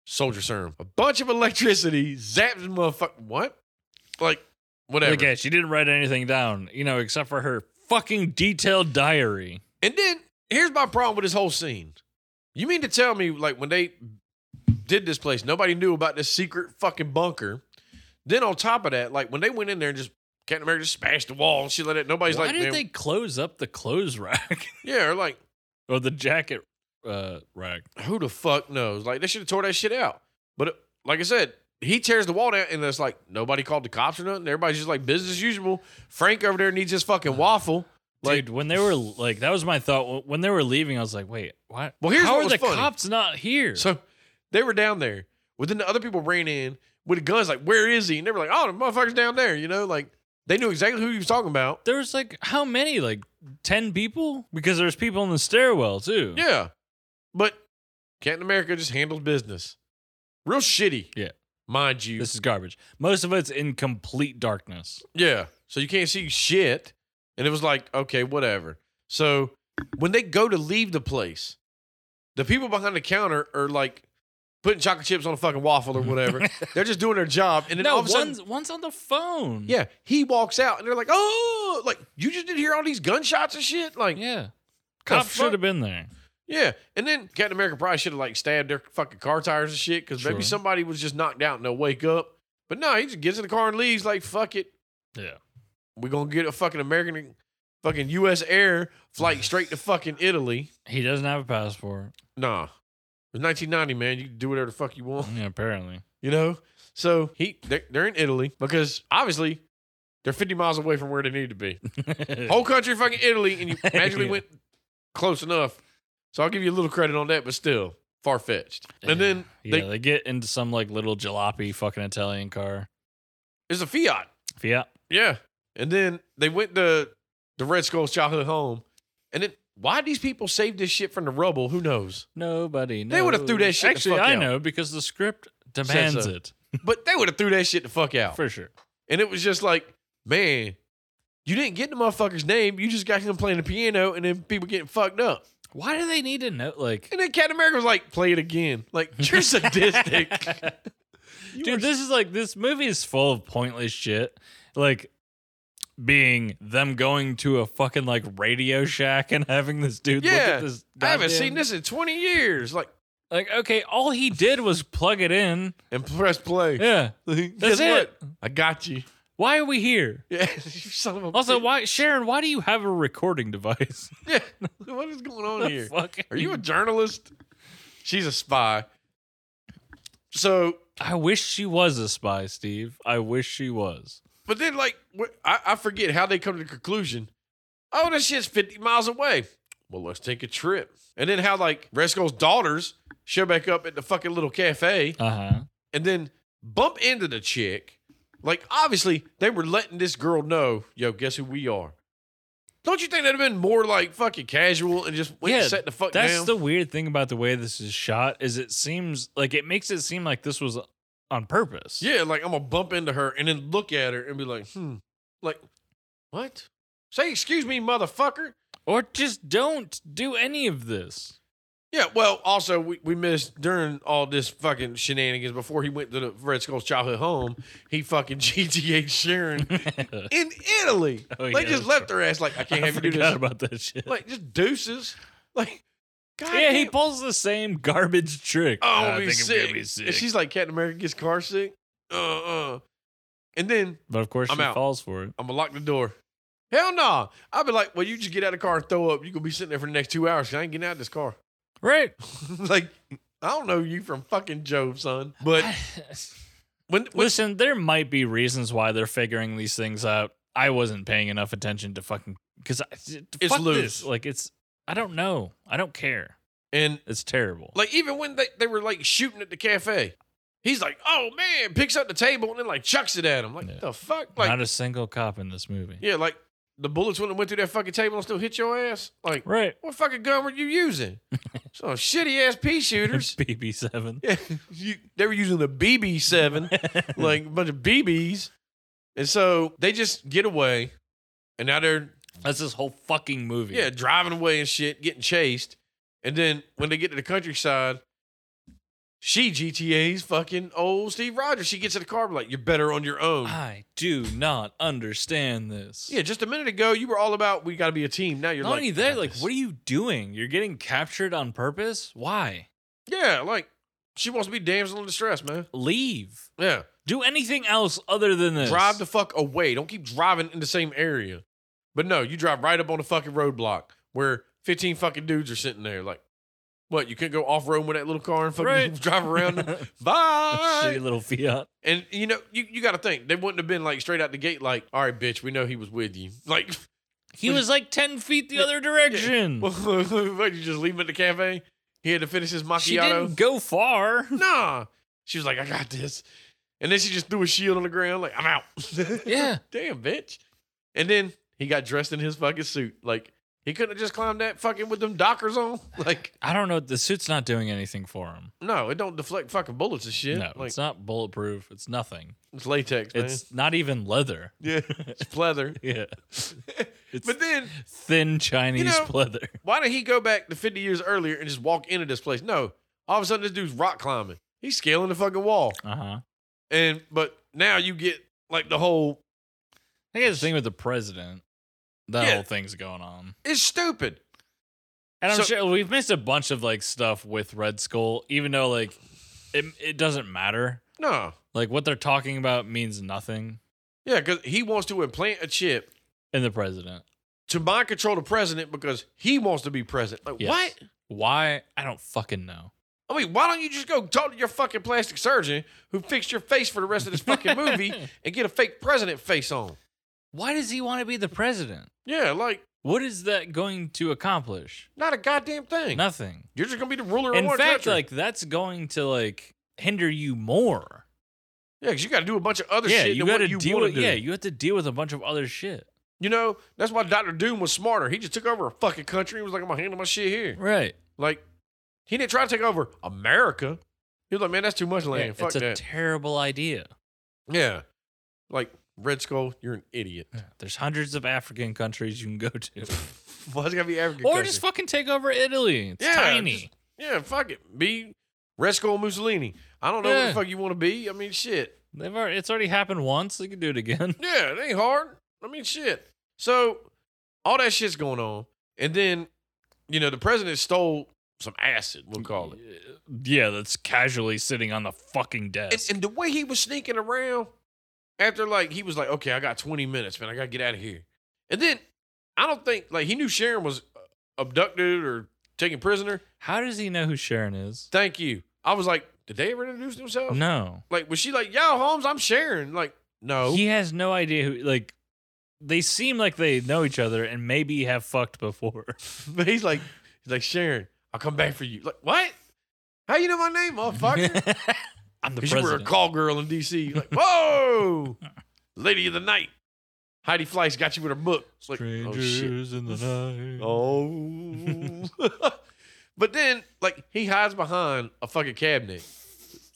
[SPEAKER 1] soldier serum, a bunch of electricity, zaps the motherfucker. What? Like, whatever.
[SPEAKER 2] Look at she didn't write anything down, you know, except for her fucking detailed diary.
[SPEAKER 1] And then here's my problem with this whole scene. You mean to tell me, like, when they did this place, nobody knew about this secret fucking bunker. Then on top of that, like when they went in there and just Captain America just smashed the wall and shit like that, nobody's
[SPEAKER 2] Why
[SPEAKER 1] like,
[SPEAKER 2] did
[SPEAKER 1] man,
[SPEAKER 2] they close up the clothes rack
[SPEAKER 1] yeah, or like
[SPEAKER 2] or the jacket uh, rack?
[SPEAKER 1] who the fuck knows? Like they should have tore that shit out. But uh, like I said, he tears the wall down, and it's like nobody called the cops or nothing. Everybody's just like business as usual. Frank over there needs his fucking waffle. Like
[SPEAKER 2] Dude, when they were like, that was my thought. When they were leaving, I was like, wait, what?
[SPEAKER 1] Well, here's
[SPEAKER 2] how
[SPEAKER 1] what
[SPEAKER 2] are
[SPEAKER 1] was
[SPEAKER 2] the
[SPEAKER 1] funny.
[SPEAKER 2] cops not here?
[SPEAKER 1] so, they were down there. Well, then the other people ran in with guns. Like, where is he? And they were like, oh, the motherfucker's down there. You know, like they knew exactly who he was talking about.
[SPEAKER 2] there was like how many? Like ten people? Because there's people in the stairwell too.
[SPEAKER 1] Yeah, but Captain America just handles business. Real shitty.
[SPEAKER 2] Yeah.
[SPEAKER 1] mind you.
[SPEAKER 2] This is garbage. Most of it's in complete darkness.
[SPEAKER 1] Yeah. So you can't see shit. And it was like, okay, whatever. So when they go to leave the place, the people behind the counter are like putting chocolate chips on a fucking waffle or whatever. they're just doing their job. And then all
[SPEAKER 2] no,
[SPEAKER 1] of a sudden,
[SPEAKER 2] one's one's on the phone.
[SPEAKER 1] Mm-hmm. yeah, he walks out and they're like, oh, like you just didn't hear all these gunshots and shit. Like,
[SPEAKER 2] yeah. Cops
[SPEAKER 1] fuck?
[SPEAKER 2] should have been there.
[SPEAKER 1] yeah. And then Captain America probably should have like stabbed their fucking car tires and shit because maybe
[SPEAKER 2] Sure.
[SPEAKER 1] somebody was just knocked out and they'll wake up. But no, he just gets in the car and leaves like, fuck it.
[SPEAKER 2] Yeah.
[SPEAKER 1] We're gonna get a fucking American, fucking U.S. air flight straight to fucking Italy.
[SPEAKER 2] He doesn't have a passport.
[SPEAKER 1] Nah, it's 1990, man. You can do whatever the fuck you want,
[SPEAKER 2] Yeah, apparently.
[SPEAKER 1] you know. So he, they're, they're in Italy because obviously they're 50 miles away from where they need to be. Whole country fucking Italy, and you magically
[SPEAKER 2] Yeah.
[SPEAKER 1] went close enough. So I'll give you a little credit on that, but still far fetched. And then
[SPEAKER 2] yeah,
[SPEAKER 1] they,
[SPEAKER 2] they, get into some like little jalopy fucking Italian car.
[SPEAKER 1] it's a Fiat.
[SPEAKER 2] Fiat.
[SPEAKER 1] Yeah. And then they went to the Red Skull's childhood home, and then. Why these people saved this shit from the rubble? Who knows?
[SPEAKER 2] Nobody.
[SPEAKER 1] They would've
[SPEAKER 2] knows.
[SPEAKER 1] threw that shit the
[SPEAKER 2] Actually,
[SPEAKER 1] fuck
[SPEAKER 2] I
[SPEAKER 1] out.
[SPEAKER 2] know because the script demands
[SPEAKER 1] so.
[SPEAKER 2] it
[SPEAKER 1] But they would have threw that shit the fuck out.
[SPEAKER 2] for sure.
[SPEAKER 1] And it was just like, man, you didn't get the motherfucker's name. You just got him playing the piano and then people getting fucked up.
[SPEAKER 2] Why do they need to know? Like,
[SPEAKER 1] And then Captain America was like, play it again. Like, you're sadistic. You
[SPEAKER 2] Dude,
[SPEAKER 1] were-
[SPEAKER 2] this is like this movie is full of pointless shit. Like being them going to a fucking like radio shack and having this dude look
[SPEAKER 1] Yeah,
[SPEAKER 2] at this.
[SPEAKER 1] I haven't
[SPEAKER 2] goddamn-
[SPEAKER 1] seen this in 20 years. Like,
[SPEAKER 2] Like, okay, all he did was plug it in.
[SPEAKER 1] and press play.
[SPEAKER 2] Yeah.
[SPEAKER 1] That's
[SPEAKER 2] That's it.
[SPEAKER 1] I got you.
[SPEAKER 2] Why are we here?
[SPEAKER 1] Yeah, you son of a
[SPEAKER 2] Also,
[SPEAKER 1] bitch.
[SPEAKER 2] why Sharon, why do you have a recording device?
[SPEAKER 1] Yeah. what is going on here?
[SPEAKER 2] Fuck.
[SPEAKER 1] Are you a journalist? She's a spy. So
[SPEAKER 2] I wish she was a spy, Steve. I wish she was.
[SPEAKER 1] But then, like, wh- I, I forget how they come to the conclusion. Oh, that shit's 50 miles away. Well, let's take a trip. And then how, like, Resco's daughters show back up at the fucking little cafe
[SPEAKER 2] Uh-huh.
[SPEAKER 1] and then bump into the chick. Like, obviously, they were letting this girl know, yo, guess who we are. Don't you think that'd have been more, like, fucking casual and just went and
[SPEAKER 2] Yeah,
[SPEAKER 1] set the fuck
[SPEAKER 2] That's
[SPEAKER 1] down?
[SPEAKER 2] the weird thing about the way this is shot is it seems like it makes it seem like this was on purpose.
[SPEAKER 1] yeah, like, I'm going to bump into her and then look at her and be like, hmm. Like, what? Say, excuse me, motherfucker.
[SPEAKER 2] Or just don't do any of this.
[SPEAKER 1] Yeah, well, also we, we missed during all this fucking shenanigans before he went to the Red Skull's childhood home, he fucking GTA Sharon
[SPEAKER 2] I
[SPEAKER 1] in Italy.
[SPEAKER 2] Oh,
[SPEAKER 1] they
[SPEAKER 2] yeah,
[SPEAKER 1] just
[SPEAKER 2] that's
[SPEAKER 1] left their ass like I can't have you do
[SPEAKER 2] forgot
[SPEAKER 1] this.
[SPEAKER 2] about that shit.
[SPEAKER 1] Like just deuces. Like, God
[SPEAKER 2] yeah, he
[SPEAKER 1] damn-
[SPEAKER 2] pulls the same garbage trick.
[SPEAKER 1] Oh,
[SPEAKER 2] I
[SPEAKER 1] I'm gonna be
[SPEAKER 2] think I'm gonna
[SPEAKER 1] sick.
[SPEAKER 2] be
[SPEAKER 1] And
[SPEAKER 2] sick.
[SPEAKER 1] she's like, Captain America gets car sick. Uh uh. And then
[SPEAKER 2] But of course,
[SPEAKER 1] I'm
[SPEAKER 2] she
[SPEAKER 1] out.
[SPEAKER 2] falls for it.
[SPEAKER 1] I'm gonna lock the door. Hell no. I'd be like, well, you just get out of the car and throw up. You're gonna be sitting there for the next two hours 'cause I ain't getting out of this car.
[SPEAKER 2] Right.
[SPEAKER 1] like, I don't know you from fucking Job, son. But when, when
[SPEAKER 2] Listen, there might be reasons why they're figuring these things out. I wasn't paying enough attention to fucking because
[SPEAKER 1] It's
[SPEAKER 2] fuck
[SPEAKER 1] loose.
[SPEAKER 2] This. Like it's, I don't know. I don't care.
[SPEAKER 1] and
[SPEAKER 2] It's terrible.
[SPEAKER 1] like even when they, they were like shooting at the cafe, he's like, oh man, picks up the table and then like chucks it at him. Like,
[SPEAKER 2] Yeah.
[SPEAKER 1] the fuck? Like
[SPEAKER 2] Not a single cop in this movie.
[SPEAKER 1] Yeah, like the bullets wouldn't have went through that fucking table and still hit your ass. Like,
[SPEAKER 2] Right.
[SPEAKER 1] what fucking gun were you using? Some shitty ass pea shooters.
[SPEAKER 2] BB seven.
[SPEAKER 1] yeah, you, they were using the BB seven, like a bunch of BBs, and so they just get away, and now they're
[SPEAKER 2] That's this whole fucking movie.
[SPEAKER 1] yeah driving away and shit, getting chased, and then when they get to the countryside. She GTA's fucking old Steve Rogers. She gets in the car, like you're better on your own.
[SPEAKER 2] I do not understand this.
[SPEAKER 1] Yeah, just a minute ago you were all about we got to be a team. Now you're
[SPEAKER 2] Not
[SPEAKER 1] like,
[SPEAKER 2] only that, like,
[SPEAKER 1] "Yes."
[SPEAKER 2] what are you doing? You're getting captured on purpose? Why?
[SPEAKER 1] Yeah, like she wants to be damsel in distress, man.
[SPEAKER 2] Leave.
[SPEAKER 1] Yeah.
[SPEAKER 2] Do anything else other than this.
[SPEAKER 1] Drive the fuck away. Don't keep driving in the same area. But no, you drive right up on a fucking roadblock where 15 fucking dudes are sitting there. Like, what? You couldn't go off road with that little car and fucking
[SPEAKER 2] Right.
[SPEAKER 1] drive around them?
[SPEAKER 2] shitty
[SPEAKER 1] Bye.
[SPEAKER 2] little Fiat.
[SPEAKER 1] And, you know, you, you got to think, they wouldn't have been like straight out the gate, like, all right, bitch, we know he was with you. Like,
[SPEAKER 2] He was like ten feet the other direction.
[SPEAKER 1] what, you just leave him at the cafe? He had to finish his macchiato.
[SPEAKER 2] Mm. she didn't go far.
[SPEAKER 1] nah. She was like, I got this. And then she just threw a shield on the ground, like, I'm out.
[SPEAKER 2] Yeah.
[SPEAKER 1] Damn, bitch. And then he got dressed in his fucking suit. Like, he couldn't have just climbed that fucking with them dockers on. Like,
[SPEAKER 2] I don't know. The suit's not doing anything for him.
[SPEAKER 1] no, it don't deflect fucking bullets and shit.
[SPEAKER 2] no,
[SPEAKER 1] like,
[SPEAKER 2] it's
[SPEAKER 1] it's,
[SPEAKER 2] not bulletproof. It's nothing.
[SPEAKER 1] latex, man.
[SPEAKER 2] It's not even leather.
[SPEAKER 1] yeah, it's pleather.
[SPEAKER 2] Yeah. It's
[SPEAKER 1] But then,
[SPEAKER 2] thin Chinese
[SPEAKER 1] know-
[SPEAKER 2] leather.
[SPEAKER 1] why did he go back to 50 years earlier and just walk into this place? No. All of a sudden, this dude's rock climbing. He's scaling the fucking wall.
[SPEAKER 2] Uh huh.
[SPEAKER 1] And, but now you get, like, the whole
[SPEAKER 2] I think it's the thing with the president. That
[SPEAKER 1] Yeah.
[SPEAKER 2] whole thing's going on.
[SPEAKER 1] it's stupid.
[SPEAKER 2] And I'm
[SPEAKER 1] So-
[SPEAKER 2] sure we've missed a bunch of like stuff with Red Skull, even though like it, it doesn't matter.
[SPEAKER 1] No.
[SPEAKER 2] Like what they're talking about means nothing
[SPEAKER 1] Yeah, because he wants to implant a chip
[SPEAKER 2] in the president.
[SPEAKER 1] to mind control the president because he wants to be president. Like,
[SPEAKER 2] Yes.
[SPEAKER 1] what?
[SPEAKER 2] Why? I don't fucking know.
[SPEAKER 1] I mean, why don't you just go talk to your fucking plastic surgeon who fixed your face for the rest of this fucking movie and get a fake president face on?
[SPEAKER 2] Why does he want to be the president?
[SPEAKER 1] Yeah, like
[SPEAKER 2] What is that going to accomplish?
[SPEAKER 1] not a goddamn thing.
[SPEAKER 2] Nothing.
[SPEAKER 1] You're just gonna be the ruler of
[SPEAKER 2] In
[SPEAKER 1] one
[SPEAKER 2] fact,
[SPEAKER 1] country.
[SPEAKER 2] like that's going to like hinder you more.
[SPEAKER 1] yeah, because you got to do a bunch of other
[SPEAKER 2] yeah,
[SPEAKER 1] shit
[SPEAKER 2] you
[SPEAKER 1] than
[SPEAKER 2] got
[SPEAKER 1] what
[SPEAKER 2] to
[SPEAKER 1] you
[SPEAKER 2] deal
[SPEAKER 1] want
[SPEAKER 2] with.
[SPEAKER 1] to do.
[SPEAKER 2] Yeah, you have to deal with a bunch of other shit.
[SPEAKER 1] You know, that's why Doctor Doom was smarter. He just took over a fucking country. He was like, I'm gonna handle my shit here.
[SPEAKER 2] Right.
[SPEAKER 1] Like, he didn't try to take over America. He was like, man, that's too much land. Fuck
[SPEAKER 2] it's a
[SPEAKER 1] that.
[SPEAKER 2] terrible idea.
[SPEAKER 1] yeah, like Red Skull, you're an idiot.
[SPEAKER 2] There's hundreds of African countries you can go to,
[SPEAKER 1] Why is it gotta be African?
[SPEAKER 2] or
[SPEAKER 1] country?
[SPEAKER 2] just fucking take over Italy. It's
[SPEAKER 1] Yeah,
[SPEAKER 2] tiny.
[SPEAKER 1] just- Yeah, fuck it. Be Red Skull Mussolini. I don't know what
[SPEAKER 2] Yeah.
[SPEAKER 1] the fuck you want to be. I mean, shit.
[SPEAKER 2] They've already, it's already happened once. They can do it again.
[SPEAKER 1] Yeah, it ain't hard. I mean, shit. So all that shit's going on, and then you know the president stole some acid. We'll call it.
[SPEAKER 2] Yeah, that's casually sitting on the fucking
[SPEAKER 1] And,
[SPEAKER 2] desk.
[SPEAKER 1] and the way he was sneaking around after, like he was like, "Okay, I got 20 minutes, man. I gotta get out of here." And then I don't think like he knew Sharon was uh, abducted or taken prisoner.
[SPEAKER 2] How does he know who Sharon is?
[SPEAKER 1] Thank you. I was like, did they ever introduce themselves?
[SPEAKER 2] No.
[SPEAKER 1] Like, was she like, "Yo, Holmes, I'm Sharon"? Like, no.
[SPEAKER 2] He has no idea who like they seem like they know each other and maybe have fucked before.
[SPEAKER 1] But he's like, he's like Sharon, I'll come back for you. Like what? How you know my name, motherfucker?
[SPEAKER 2] I'm the
[SPEAKER 1] Because you were a
[SPEAKER 2] president.
[SPEAKER 1] call girl in D.C. Like whoa, lady of the night. Heidi Fleiss got you with her book. It's like oh shit.
[SPEAKER 2] in the night.
[SPEAKER 1] Oh. but then like he hides behind a fucking cabinet.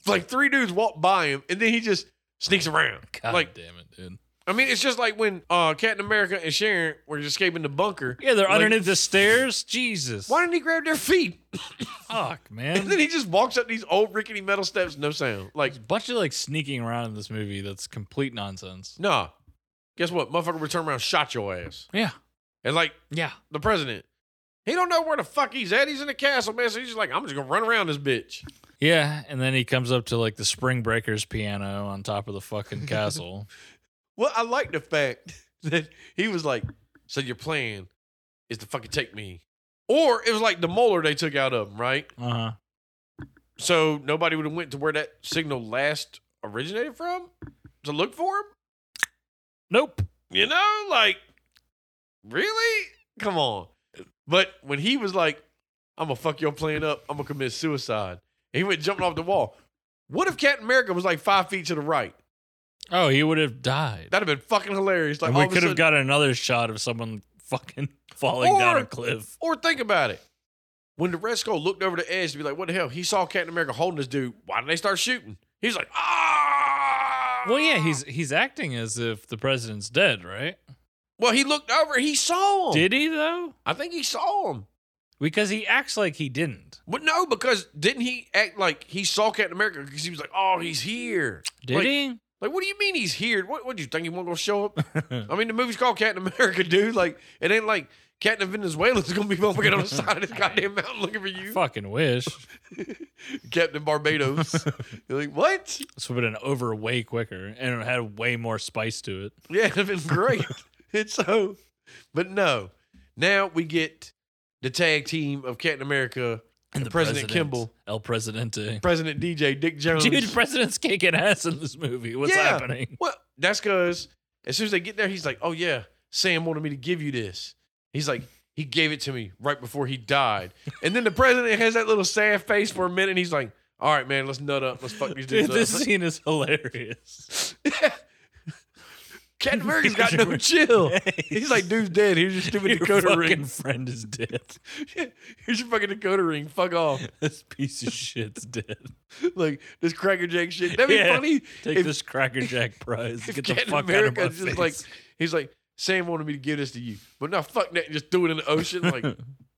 [SPEAKER 1] Like three dudes walk by him, and then he just sneaks around.
[SPEAKER 2] God
[SPEAKER 1] like
[SPEAKER 2] damn it, dude.
[SPEAKER 1] I mean, it's just like when uh Captain America and Sharon were escaping the bunker.
[SPEAKER 2] Yeah, they're
[SPEAKER 1] Like,
[SPEAKER 2] underneath the stairs. Jesus.
[SPEAKER 1] Why didn't he grab their feet?
[SPEAKER 2] Fuck, man.
[SPEAKER 1] And then he just walks up these old rickety metal steps, no sound. Like,
[SPEAKER 2] bunch of like sneaking around in this movie that's complete nonsense.
[SPEAKER 1] nah. Guess what? Motherfucker would turn around, and shot your ass.
[SPEAKER 2] Yeah.
[SPEAKER 1] And like
[SPEAKER 2] Yeah.
[SPEAKER 1] the president, He don't know where the fuck he's at. He's in the castle, man. So he's just like, I'm just gonna run around this bitch.
[SPEAKER 2] Yeah, and then he comes up to like the Spring Breakers piano on top of the fucking castle.
[SPEAKER 1] Well, I like the fact that he was like, so your plan is to fucking take me. Or it was like the molar they took out of him, right?
[SPEAKER 2] Uh huh.
[SPEAKER 1] So nobody would have went to where that signal last originated from to look for him.
[SPEAKER 2] Nope.
[SPEAKER 1] You know, like really? Come on. But when he was like, "I'm gonna fuck your plan up. I'm gonna commit suicide," he went jumping off the wall. What if Captain America was like five feet to the right?
[SPEAKER 2] Oh, he would have died.
[SPEAKER 1] That'd have been fucking hilarious. Like
[SPEAKER 2] and
[SPEAKER 1] all
[SPEAKER 2] we
[SPEAKER 1] of a
[SPEAKER 2] could have
[SPEAKER 1] sudden-
[SPEAKER 2] got another shot of someone fucking falling down
[SPEAKER 1] Or-
[SPEAKER 2] a cliff.
[SPEAKER 1] Or think about it. When the Red Skull looked over the edge to be like, "What the hell?" He saw Captain America holding this dude. Why did they start shooting? He's like, "Ah!"
[SPEAKER 2] Well, yeah, he's he's acting as if the president's dead, right?
[SPEAKER 1] well. He looked over. He saw him.
[SPEAKER 2] Did he though?
[SPEAKER 1] I think he saw him.
[SPEAKER 2] Because he acts like he didn't.
[SPEAKER 1] But no, because didn't he act like he saw Captain America because he was like, oh, he's here.
[SPEAKER 2] Did
[SPEAKER 1] Like-
[SPEAKER 2] he?
[SPEAKER 1] Like, what do you mean he's here? What what do you think he won't go show up? I mean, the movie's called Captain America, dude. Like, it ain't like Captain Venezuela's gonna be fucking on the side of this goddamn mountain looking for you.
[SPEAKER 2] Fucking wish.
[SPEAKER 1] Captain Barbados. You're like, what?
[SPEAKER 2] This would have been over way quicker and it had way more spice to it.
[SPEAKER 1] Yeah, it'd have been great. it's so but no. Now we get the tag team of Captain America,
[SPEAKER 2] And
[SPEAKER 1] President Kimball.
[SPEAKER 2] El Presidente.
[SPEAKER 1] President DJ Dick Jones.
[SPEAKER 2] Dude, the president's kicking ass in this movie. What's
[SPEAKER 1] Yeah.
[SPEAKER 2] happening?
[SPEAKER 1] Well, that's because as soon as they get there, he's like, "Oh yeah, Sam wanted me to give you this." He's like, "He gave it to me right before he died." And then the president has that little sad face for a minute. And he's like, "All right, man, let's nut up. Let's fuck these
[SPEAKER 2] Dude,
[SPEAKER 1] dudes
[SPEAKER 2] this
[SPEAKER 1] up."
[SPEAKER 2] scene is hilarious.
[SPEAKER 1] Captain America's got no chill. He's like, "Dude's dead. Here's your stupid
[SPEAKER 2] your
[SPEAKER 1] Dakota
[SPEAKER 2] fucking
[SPEAKER 1] ring.
[SPEAKER 2] friend is dead.
[SPEAKER 1] Here's your fucking Dakota ring. Fuck off."
[SPEAKER 2] This piece of shit's dead.
[SPEAKER 1] Like this crackerjack shit. That'd be
[SPEAKER 2] Yeah.
[SPEAKER 1] funny.
[SPEAKER 2] Take
[SPEAKER 1] If-
[SPEAKER 2] this Cracker Jack prize. Get
[SPEAKER 1] If
[SPEAKER 2] the
[SPEAKER 1] Captain
[SPEAKER 2] fuck
[SPEAKER 1] America
[SPEAKER 2] out of my
[SPEAKER 1] just
[SPEAKER 2] face.
[SPEAKER 1] like he's like Sam wanted me to give this to you, but no, fuck that. and Just threw it in the ocean. Like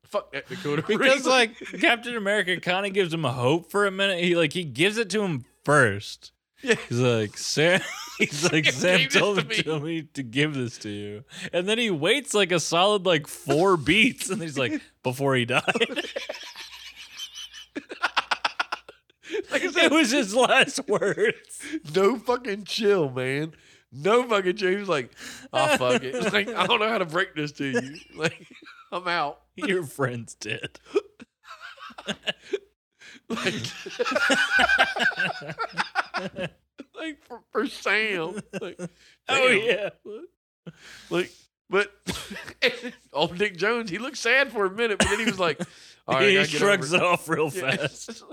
[SPEAKER 1] fuck that Dakota ring.
[SPEAKER 2] because like Captain America kind of gives him a hope for a minute. He like he gives it to him first.
[SPEAKER 1] Yeah.
[SPEAKER 2] He's like Sam. He's like
[SPEAKER 1] Fucking
[SPEAKER 2] Sam
[SPEAKER 1] gave this
[SPEAKER 2] told
[SPEAKER 1] to
[SPEAKER 2] me. told me to give this to you, and then he waits like a solid like four beats, and he's like before he died.
[SPEAKER 1] Like I said,
[SPEAKER 2] it was his last words.
[SPEAKER 1] no fucking chill, man. No fucking chill. He was like, oh fuck it. It's like I don't know how to break this to you. Like I'm out.
[SPEAKER 2] Your friend's dead.
[SPEAKER 1] Like, like for, for Sam. Like,
[SPEAKER 2] Oh
[SPEAKER 1] damn.
[SPEAKER 2] yeah.
[SPEAKER 1] Like, but old Dick Jones, he looked sad for a minute, but then he was like, all right, I
[SPEAKER 2] he
[SPEAKER 1] gotta get over
[SPEAKER 2] shrugs
[SPEAKER 1] it."
[SPEAKER 2] it off real
[SPEAKER 1] Yeah.
[SPEAKER 2] fast.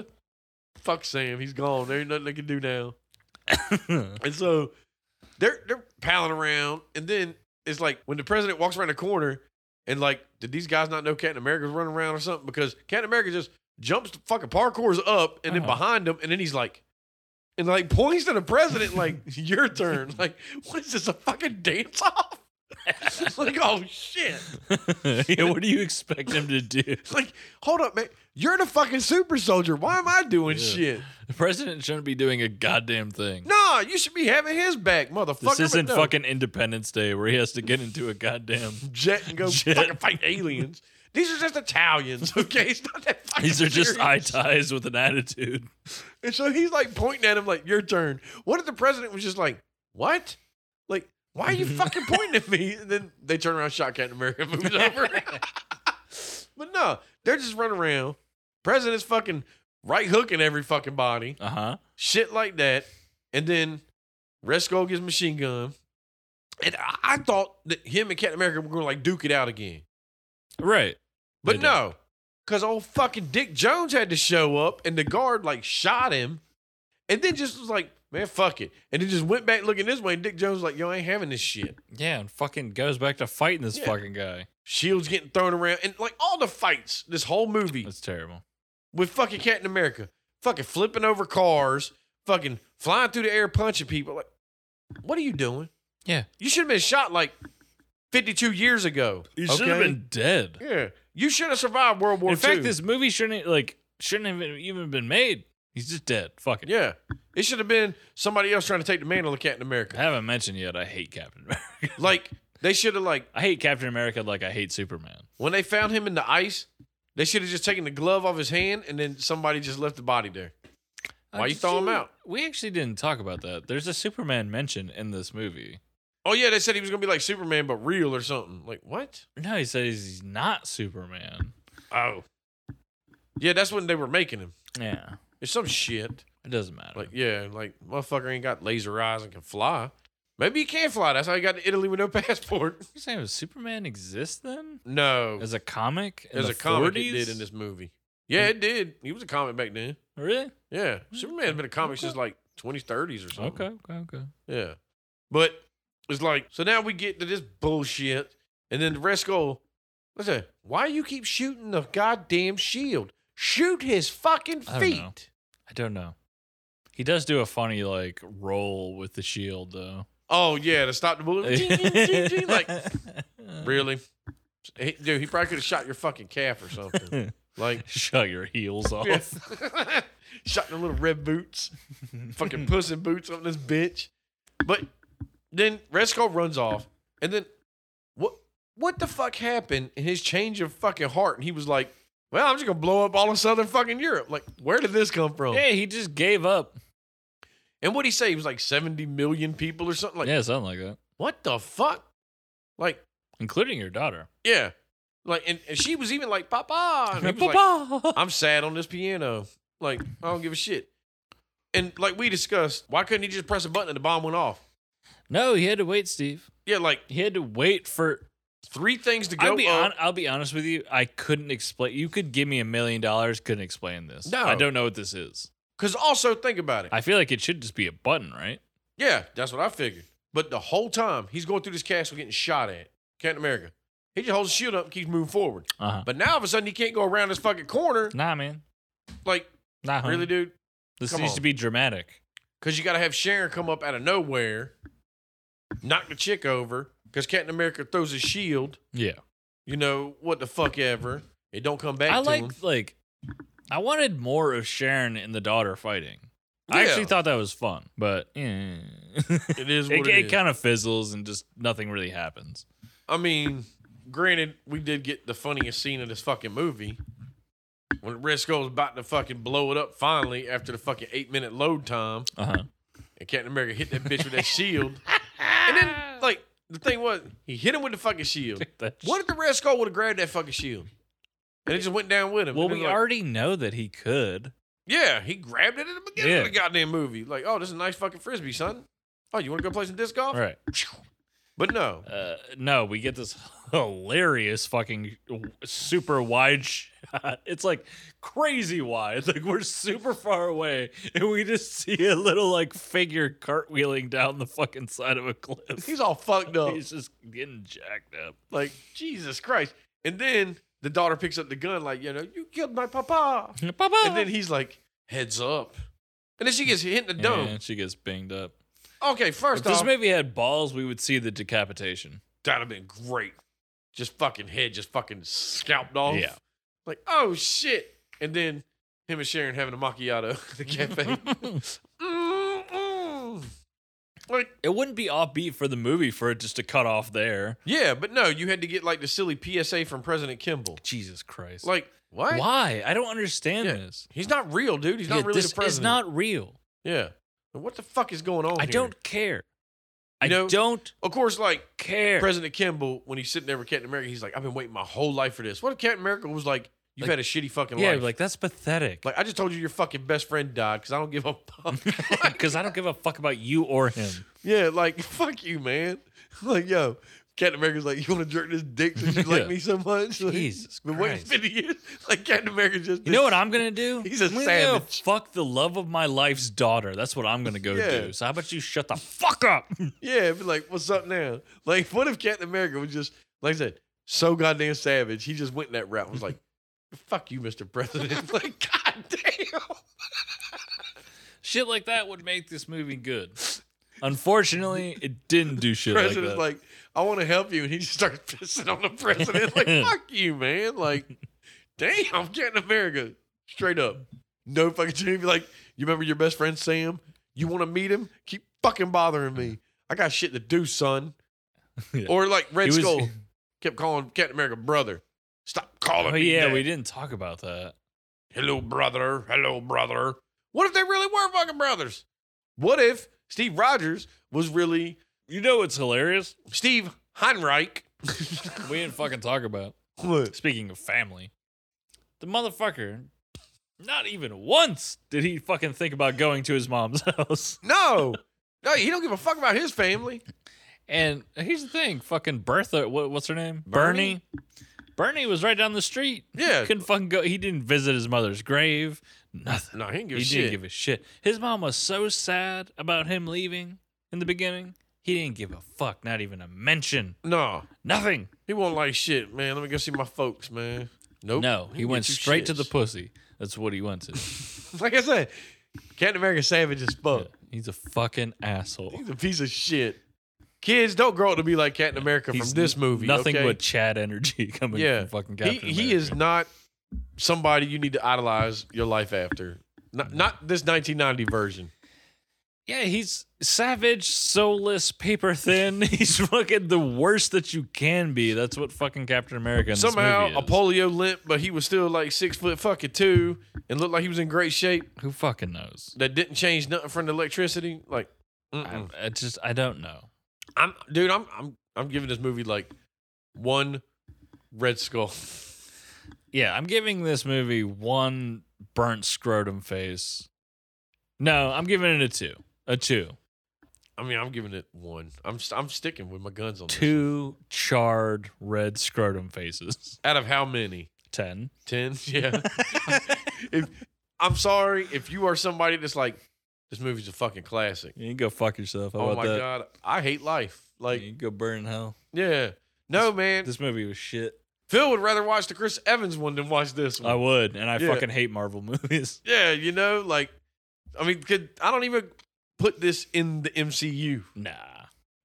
[SPEAKER 1] Fuck Sam, he's gone. There ain't nothing they can do now. And so they're they're palling around, and then it's like when the president walks around the corner, and like, did these guys not know Captain America's running around or something? Because Captain America just jumps the fucking parkours up, and then
[SPEAKER 2] Uh-huh.
[SPEAKER 1] behind him, and then he's like, and like points to the president, like, your turn. Like, what is this a fucking dance off? like, oh shit!
[SPEAKER 2] yeah, what do you expect him to do?
[SPEAKER 1] Like, hold up, man. You're the fucking super soldier. Why am I doing
[SPEAKER 2] Yeah.
[SPEAKER 1] shit?
[SPEAKER 2] The president shouldn't be doing a goddamn thing.
[SPEAKER 1] Nah, you should be having his back,
[SPEAKER 2] This
[SPEAKER 1] motherfucker. but
[SPEAKER 2] isn't
[SPEAKER 1] no.
[SPEAKER 2] fucking Independence Day where he has to get into a goddamn.
[SPEAKER 1] jet and go
[SPEAKER 2] Jet.
[SPEAKER 1] fucking fight aliens. These are just Italians, okay? It's not that fucking
[SPEAKER 2] These are just
[SPEAKER 1] serious.
[SPEAKER 2] eye ties with an attitude.
[SPEAKER 1] And so he's like pointing at him like, your turn. What if the president was just like, what? Like, why are you fucking pointing at me? And then they turn around, shot Captain America, and moves over. but no, they're just running around. President's fucking right hooking every fucking body.
[SPEAKER 2] Uh huh.
[SPEAKER 1] Shit like that. And then Red Skull gets machine gun. And I, I thought that him and Captain America were gonna like duke it out again.
[SPEAKER 2] Right. They don't.
[SPEAKER 1] But no, because old fucking Dick Jones had to show up and the guard like shot him and then just was like, man, fuck it. And then just went back looking this way. And Dick Jones was like, yo, I ain't having this shit.
[SPEAKER 2] Yeah, and fucking goes back to fighting this
[SPEAKER 1] Yeah.
[SPEAKER 2] fucking guy.
[SPEAKER 1] Shields getting thrown around and like all the fights, this whole movie
[SPEAKER 2] That's terrible.
[SPEAKER 1] with fucking Captain America, fucking flipping over cars, fucking flying through the air, punching people. Like, what are you doing?
[SPEAKER 2] Yeah.
[SPEAKER 1] You should have been shot like 52 years ago.
[SPEAKER 2] He should have
[SPEAKER 1] okay?
[SPEAKER 2] been dead.
[SPEAKER 1] Yeah. You should have survived World War
[SPEAKER 2] In fact,
[SPEAKER 1] II.
[SPEAKER 2] this movie shouldn't like shouldn't have even been made. He's just dead. Fuck it.
[SPEAKER 1] Yeah. It should have been somebody else trying to take the mantle of Captain America.
[SPEAKER 2] I haven't mentioned yet. I hate Captain America.
[SPEAKER 1] Like they should have like
[SPEAKER 2] I hate Captain America like I hate Superman.
[SPEAKER 1] when they found him in the ice, They should have just taken the glove off his hand and then somebody just left the body there. Why you
[SPEAKER 2] did
[SPEAKER 1] throw him out?
[SPEAKER 2] We actually didn't talk about that. There's a Superman mention in this movie.
[SPEAKER 1] Oh yeah, they said he was gonna be like Superman but real or something. Like what?
[SPEAKER 2] No, he says he's not Superman.
[SPEAKER 1] Oh. Yeah, that's when they were making him.
[SPEAKER 2] Yeah,
[SPEAKER 1] It's some shit.
[SPEAKER 2] it doesn't matter.
[SPEAKER 1] Like, yeah, like motherfucker ain't got laser eyes and can fly. Maybe he can fly. That's how he got to Italy with no passport.
[SPEAKER 2] You're saying Superman exists then
[SPEAKER 1] No.
[SPEAKER 2] as a comic? in
[SPEAKER 1] There's
[SPEAKER 2] the
[SPEAKER 1] Oh. a comic it
[SPEAKER 2] 40s?
[SPEAKER 1] did in this movie. Yeah, it did. He was a comic back then.
[SPEAKER 2] Really?
[SPEAKER 1] Yeah. Superman's been a comic since like 20s, 30s or something.
[SPEAKER 2] Okay, okay, okay.
[SPEAKER 1] Yeah. But it's like, so now we get to this bullshit. And then the rest go, listen, why you keep shooting the goddamn shield? Shoot his fucking
[SPEAKER 2] I don't know.
[SPEAKER 1] feet.
[SPEAKER 2] I don't know. He does do a funny like roll with the shield though.
[SPEAKER 1] Oh, yeah, to stop the bullet. Ding, ding, ding, ding. like, really? He- dude, he probably could have shot your fucking calf or something. like,
[SPEAKER 2] shut your heels off.
[SPEAKER 1] yeah. shot in the little red boots, fucking puss in boots on this bitch. But then Resco runs off, and then what? What the fuck happened in his change of fucking heart? And he was like, "Well, I'm just gonna blow up all of Southern fucking Europe." Like, where did this come from?
[SPEAKER 2] Yeah, he just gave up.
[SPEAKER 1] And what would he say? He was like 70 million people or something. Like,
[SPEAKER 2] yeah, something like that,
[SPEAKER 1] what the fuck? Like,
[SPEAKER 2] including your daughter.
[SPEAKER 1] yeah, like, and, and she was even like, "Papa," and he was like, I'm sad on this piano. Like, I don't give a shit. And like we discussed, why couldn't he just press a button and the bomb went off?
[SPEAKER 2] no, he had to wait, Steve.
[SPEAKER 1] Yeah, like
[SPEAKER 2] He had to wait for.
[SPEAKER 1] three things to go
[SPEAKER 2] I'll be
[SPEAKER 1] up.
[SPEAKER 2] hon- I'll be honest with you. I couldn't explain. You could give me a million dollars. Couldn't explain this.
[SPEAKER 1] No.
[SPEAKER 2] I don't know what this is.
[SPEAKER 1] Cause also think about it.
[SPEAKER 2] I feel like it should just be a button, right?
[SPEAKER 1] yeah, that's what I figured. But the whole time he's going through this castle getting shot at, Captain America. He just holds his shield up and keeps moving forward.
[SPEAKER 2] Uh huh.
[SPEAKER 1] But now all of a sudden he can't go around this fucking corner.
[SPEAKER 2] Nah, man.
[SPEAKER 1] Like,
[SPEAKER 2] Nah, homie.
[SPEAKER 1] really, dude?
[SPEAKER 2] This
[SPEAKER 1] Come
[SPEAKER 2] needs
[SPEAKER 1] on.
[SPEAKER 2] to be dramatic.
[SPEAKER 1] Cause you gotta have Sharon come up out of nowhere, knock the chick over, because Captain America throws his shield,
[SPEAKER 2] Yeah.
[SPEAKER 1] you know, what the fuck ever. It don't come back
[SPEAKER 2] I
[SPEAKER 1] to
[SPEAKER 2] like
[SPEAKER 1] him.
[SPEAKER 2] like I wanted more of Sharon and the daughter fighting. I
[SPEAKER 1] Yeah.
[SPEAKER 2] actually thought that was fun, but eh. it,
[SPEAKER 1] It is what
[SPEAKER 2] it,
[SPEAKER 1] it is.
[SPEAKER 2] kind of fizzles and just nothing really happens.
[SPEAKER 1] I mean, granted, we did get the funniest scene of this fucking movie when Risco's about to fucking blow it up finally after the fucking eight minute load time,
[SPEAKER 2] Uh huh.
[SPEAKER 1] and Captain America hit that bitch with that shield. And then, like, the thing was, he hit him with the fucking shield. What if the Resco would have grabbed that fucking shield? And it just went down with him.
[SPEAKER 2] Well,
[SPEAKER 1] And
[SPEAKER 2] we
[SPEAKER 1] it's like,
[SPEAKER 2] already know that he could.
[SPEAKER 1] Yeah, he grabbed it at the beginning of
[SPEAKER 2] Yeah.
[SPEAKER 1] the goddamn movie. Like, oh, this is a nice fucking frisbee, son. Oh, you want to go play some disc golf?
[SPEAKER 2] All right.
[SPEAKER 1] But no,
[SPEAKER 2] Uh, no, we get this hilarious fucking super wide shot. It's like crazy wide. Like we're super far away, and we just see a little like figure cartwheeling down the fucking side of a cliff.
[SPEAKER 1] he's all fucked up.
[SPEAKER 2] He's just getting jacked up.
[SPEAKER 1] Like, Jesus Christ. And then the daughter picks up the gun, like, you know, you killed my papa. And then he's like, heads up. And then she gets hit in the dome.
[SPEAKER 2] And she gets binged up.
[SPEAKER 1] Okay,
[SPEAKER 2] If
[SPEAKER 1] first
[SPEAKER 2] this
[SPEAKER 1] off,
[SPEAKER 2] movie had balls, we would see the decapitation.
[SPEAKER 1] that'd have been great. Just fucking head, just fucking scalped off.
[SPEAKER 2] Yeah.
[SPEAKER 1] Like, oh shit. And then him and Sharon having a macchiato at the cafe. Mm-hmm. Mm-mm. Like,
[SPEAKER 2] It wouldn't be offbeat for the movie for it just to cut off there.
[SPEAKER 1] yeah, but no, you had to get like the silly PSA from President Kimball.
[SPEAKER 2] Jesus Christ.
[SPEAKER 1] Like, what?
[SPEAKER 2] why? I don't understand
[SPEAKER 1] Yeah.
[SPEAKER 2] this.
[SPEAKER 1] He's not real, dude. He's
[SPEAKER 2] Yeah,
[SPEAKER 1] not really
[SPEAKER 2] this
[SPEAKER 1] the
[SPEAKER 2] is
[SPEAKER 1] president.
[SPEAKER 2] not real.
[SPEAKER 1] Yeah. But what the fuck is going on?
[SPEAKER 2] I
[SPEAKER 1] here?
[SPEAKER 2] don't care. I
[SPEAKER 1] know-
[SPEAKER 2] don't
[SPEAKER 1] Of course, like
[SPEAKER 2] care.
[SPEAKER 1] President Kimball, when he's sitting there with Captain America, he's like, "I've been waiting my whole life for this." What if Captain America was like, "You've
[SPEAKER 2] Like-
[SPEAKER 1] had a shitty fucking
[SPEAKER 2] yeah,
[SPEAKER 1] life."
[SPEAKER 2] like that's pathetic.
[SPEAKER 1] Like, I just told you your fucking best friend died because I don't give a fuck.
[SPEAKER 2] Because I don't give a fuck about you or him.
[SPEAKER 1] yeah, like fuck you, man. Like yo, Captain America's like, "You want to jerk this dick since you like
[SPEAKER 2] Yeah.
[SPEAKER 1] me so much?" Like,
[SPEAKER 2] Jesus
[SPEAKER 1] been waiting
[SPEAKER 2] Christ.
[SPEAKER 1] fifty years. Like Captain America just
[SPEAKER 2] You know what I'm gonna do?
[SPEAKER 1] He's a
[SPEAKER 2] I'm gonna go
[SPEAKER 1] savage.
[SPEAKER 2] fuck the love of my life's daughter. That's what I'm gonna go
[SPEAKER 1] Yeah.
[SPEAKER 2] do. So how about you shut the fuck up?
[SPEAKER 1] Yeah, be like, what's up now? Like, what if Captain America was just, like I said, so goddamn savage? He just went that route. and Was like, fuck you, Mr. President. like, goddamn.
[SPEAKER 2] shit like that would make this movie good. Unfortunately, it didn't do shit like
[SPEAKER 1] President's
[SPEAKER 2] that.
[SPEAKER 1] like, I want to help you, and he just starts pissing on the president. like, fuck you, man. Like, damn, Captain America, straight up, no fucking shit. Be like, you remember your best friend Sam? You want to meet him? Keep fucking bothering me. I got shit to do, son.
[SPEAKER 2] Yeah.
[SPEAKER 1] Or like Red
[SPEAKER 2] He was-
[SPEAKER 1] Skull kept calling Captain America brother. Stop calling
[SPEAKER 2] Oh
[SPEAKER 1] me.
[SPEAKER 2] yeah,
[SPEAKER 1] that.
[SPEAKER 2] we didn't talk about that.
[SPEAKER 1] Hello, brother. Hello, brother. What if they really were fucking brothers? What if Steve Rogers was really
[SPEAKER 2] You know what's hilarious?
[SPEAKER 1] Steve Heinrich?
[SPEAKER 2] We didn't fucking talk about.
[SPEAKER 1] What?
[SPEAKER 2] Speaking of family, the motherfucker, not even once did he fucking think about going to his mom's house.
[SPEAKER 1] No. No, he don't give a fuck about his family.
[SPEAKER 2] And here's the thing, fucking Bertha, what, what's her name?
[SPEAKER 1] Bernie?
[SPEAKER 2] Bernie. Bernie was right down the street.
[SPEAKER 1] Yeah.
[SPEAKER 2] Couldn't fucking go. He didn't visit his mother's grave. Nothing.
[SPEAKER 1] No, he didn't give
[SPEAKER 2] he
[SPEAKER 1] a
[SPEAKER 2] didn't
[SPEAKER 1] shit.
[SPEAKER 2] give a shit. His mom was so sad about him leaving in the beginning. He didn't give a fuck. Not even a mention.
[SPEAKER 1] no.
[SPEAKER 2] Nothing.
[SPEAKER 1] He won't like shit, man. Let me go see my folks, man. Nope.
[SPEAKER 2] No, he
[SPEAKER 1] You
[SPEAKER 2] went
[SPEAKER 1] get your
[SPEAKER 2] straight to the
[SPEAKER 1] shits.
[SPEAKER 2] pussy. That's what he went to.
[SPEAKER 1] Like I said, Captain America savage as fuck.
[SPEAKER 2] He's a fucking asshole.
[SPEAKER 1] He's a piece of shit. Kids don't grow up to be like Captain America
[SPEAKER 2] He's
[SPEAKER 1] from this movie.
[SPEAKER 2] Nothing
[SPEAKER 1] okay?
[SPEAKER 2] but Chad energy coming
[SPEAKER 1] yeah,
[SPEAKER 2] from fucking Captain
[SPEAKER 1] he, he is
[SPEAKER 2] America.
[SPEAKER 1] not somebody you need to idolize your life after. Not, not this 1990 version.
[SPEAKER 2] Yeah, he's savage, soulless, paper thin. he's fucking the worst that you can be. That's what fucking Captain America. In
[SPEAKER 1] Somehow
[SPEAKER 2] this
[SPEAKER 1] a
[SPEAKER 2] movie is.
[SPEAKER 1] polio limp, but he was still like six foot fucking two and looked like he was in great shape.
[SPEAKER 2] Who fucking knows?
[SPEAKER 1] That didn't change nothing from the electricity. Like,
[SPEAKER 2] I,
[SPEAKER 1] mm-mm.
[SPEAKER 2] I just I don't know.
[SPEAKER 1] I'm dude. I'm I'm I'm giving this movie like one Red Skull.
[SPEAKER 2] Yeah, I'm giving this movie one burnt scrotum face. No, I'm giving it a two. A two.
[SPEAKER 1] I mean, I'm giving it one. I'm st- I'm sticking with my guns on this.
[SPEAKER 2] Two charred red scrotum faces.
[SPEAKER 1] Out of how many?
[SPEAKER 2] Ten.
[SPEAKER 1] Ten? Yeah. if I'm sorry if you are somebody that's like, this movie's a fucking classic.
[SPEAKER 2] You can go fuck yourself. How
[SPEAKER 1] Oh
[SPEAKER 2] about
[SPEAKER 1] my
[SPEAKER 2] that?
[SPEAKER 1] god, I hate life. Like,
[SPEAKER 2] you can go burn in hell.
[SPEAKER 1] yeah, no man.
[SPEAKER 2] This movie was shit.
[SPEAKER 1] Phil would rather watch the Chris Evans one than watch this one.
[SPEAKER 2] I would, and I
[SPEAKER 1] Yeah.
[SPEAKER 2] fucking hate Marvel movies.
[SPEAKER 1] yeah, you know, like, I mean, could I don't even put this in the MCU.
[SPEAKER 2] Nah.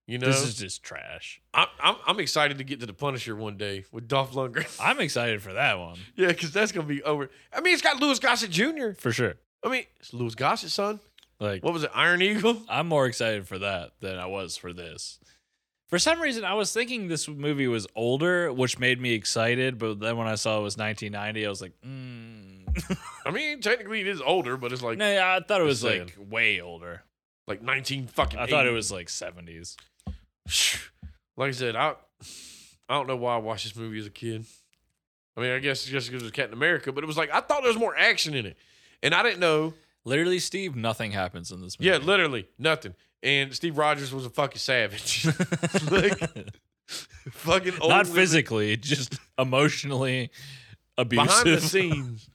[SPEAKER 1] You know,
[SPEAKER 2] This is just trash.
[SPEAKER 1] I'm, I'm I'm excited to get to the Punisher one day with Dolph Lundgren.
[SPEAKER 2] I'm excited for that one
[SPEAKER 1] yeah, because that's gonna be over. I mean, it's got Lewis Gossett Jr.
[SPEAKER 2] for sure.
[SPEAKER 1] I mean, it's Lewis Gossett son.
[SPEAKER 2] Like,
[SPEAKER 1] What was it, Iron Eagle?
[SPEAKER 2] I'm more excited for that than I was for this. For some reason, I was thinking this movie was older, which made me excited. But then when I saw it was 1990, I was like, mm.
[SPEAKER 1] I mean, technically it is older, but it's like
[SPEAKER 2] no, yeah, I thought it was
[SPEAKER 1] Just
[SPEAKER 2] like way older.
[SPEAKER 1] like 19 fucking.
[SPEAKER 2] I thought it
[SPEAKER 1] 80.
[SPEAKER 2] was like 70s.
[SPEAKER 1] Like I said, I I don't know why I watched this movie as a kid. I mean, I guess it's just because it was Captain America, but it was like I thought there was more action in it, and I didn't know.
[SPEAKER 2] Literally, Steve, nothing happens in this movie.
[SPEAKER 1] Yeah, literally nothing. And Steve Rogers was a fucking savage, like, fucking old
[SPEAKER 2] not
[SPEAKER 1] women
[SPEAKER 2] physically, just emotionally abusive.
[SPEAKER 1] behind the scenes.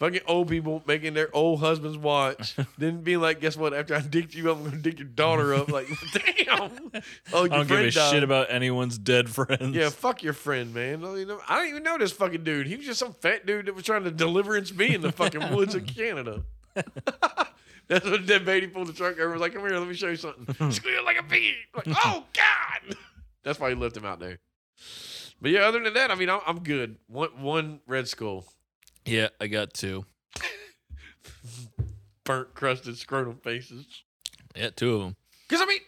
[SPEAKER 1] Fucking old people making their old husbands watch, then being like, "Guess what? After I dick you up, I'm gonna dick your daughter up." Like, damn.
[SPEAKER 2] I
[SPEAKER 1] Oh, your
[SPEAKER 2] don't give a
[SPEAKER 1] friend died.
[SPEAKER 2] shit about anyone's dead friends.
[SPEAKER 1] Yeah, fuck your friend, man. I, mean, I didn't even know this fucking dude. He was just some fat dude that was trying to deliverance me in the fucking woods of Canada. That's what that baby pulled the truck over. Was like, come here, let me show you something. Squeal like a pig. Like, oh god. That's why he left him out there. But yeah, other than that, I mean, I'm, I'm good. One one Red Skull,
[SPEAKER 2] yeah, I got two.
[SPEAKER 1] burnt crusted scrotum faces.
[SPEAKER 2] Yeah, two of them.
[SPEAKER 1] Because I mean,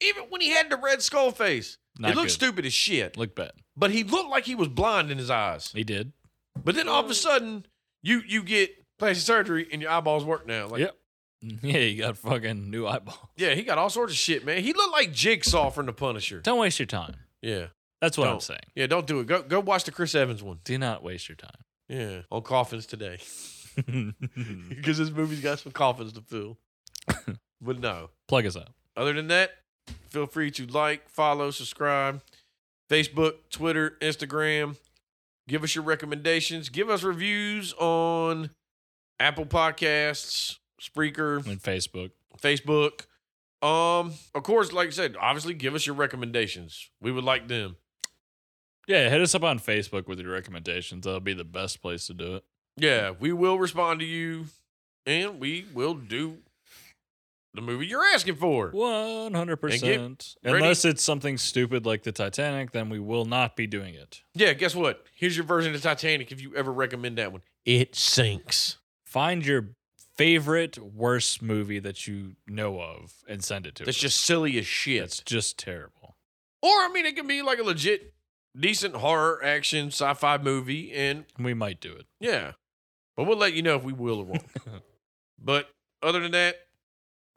[SPEAKER 1] even when he had the Red Skull face,
[SPEAKER 2] Not
[SPEAKER 1] it looked
[SPEAKER 2] good.
[SPEAKER 1] stupid as shit.
[SPEAKER 2] Look bad.
[SPEAKER 1] But he looked like he was blind in his eyes.
[SPEAKER 2] He did.
[SPEAKER 1] But then all of a sudden, you you get plastic surgery and your eyeballs work now. Like,
[SPEAKER 2] Yep. Yeah, you got fucking new eyeball.
[SPEAKER 1] yeah, he got all sorts of shit, man. He looked like Jigsaw from The Punisher.
[SPEAKER 2] Don't waste your time.
[SPEAKER 1] Yeah,
[SPEAKER 2] That's what I'm
[SPEAKER 1] Don't.
[SPEAKER 2] saying.
[SPEAKER 1] yeah, don't do it. Go go watch the Chris Evans one.
[SPEAKER 2] Do not waste your time.
[SPEAKER 1] Yeah, on coffins today
[SPEAKER 2] Mm.
[SPEAKER 1] because this movie's got some coffins to fill. but no,
[SPEAKER 2] Plug us up.
[SPEAKER 1] other than that, feel free to like, follow, subscribe, Facebook, Twitter, Instagram. Give us your recommendations. Give us reviews on Apple Podcasts, Spreaker,
[SPEAKER 2] And Facebook.
[SPEAKER 1] Facebook. Um, of course, like I said, obviously give us your recommendations. We would like them.
[SPEAKER 2] Yeah, hit us up on Facebook with your recommendations. That'll be the best place to do it.
[SPEAKER 1] Yeah, we will respond to you and we will do the movie you're asking for.
[SPEAKER 2] 100%. Unless it's something stupid like the Titanic, then we will not be doing it.
[SPEAKER 1] Yeah, guess what? Here's your version of Titanic if you ever recommend that one. It sinks.
[SPEAKER 2] Find your favorite worst movie that you know of and send it to
[SPEAKER 1] That's
[SPEAKER 2] us.
[SPEAKER 1] just silly as
[SPEAKER 2] It's
[SPEAKER 1] shit.
[SPEAKER 2] just terrible.
[SPEAKER 1] Or I mean it can be like a legit decent horror action sci-fi movie, and
[SPEAKER 2] We might do it.
[SPEAKER 1] yeah, but we'll let you know if we will or won't. but other than that,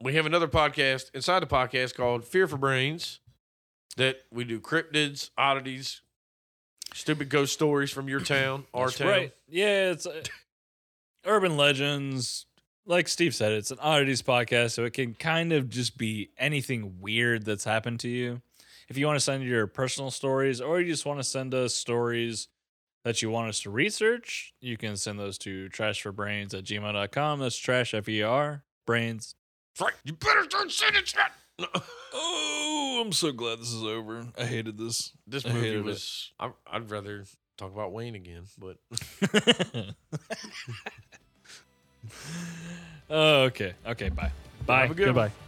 [SPEAKER 1] we have another podcast inside the podcast called Fear for Brains that we do cryptids, oddities, stupid ghost stories from your town, our
[SPEAKER 2] That's
[SPEAKER 1] town.
[SPEAKER 2] Right. Yeah, it's uh, urban legends. Like Steve said, it's an oddities podcast, so it can kind of just be anything weird that's happened to you. If you want to send your personal stories or you just want to send us stories that you want us to research, you can send those to trashforbrains at gmail.com. That's trash, F E R, brains.
[SPEAKER 1] Frank, you better turn sentence that. No.
[SPEAKER 2] Oh, I'm so glad this is over. I hated this.
[SPEAKER 1] This
[SPEAKER 2] I
[SPEAKER 1] movie
[SPEAKER 2] hated it.
[SPEAKER 1] was. I, I'd rather talk about Wayne again, but
[SPEAKER 2] oh, okay. Okay, bye. Bye. Oh,
[SPEAKER 1] Have a good one.
[SPEAKER 2] Goodbye.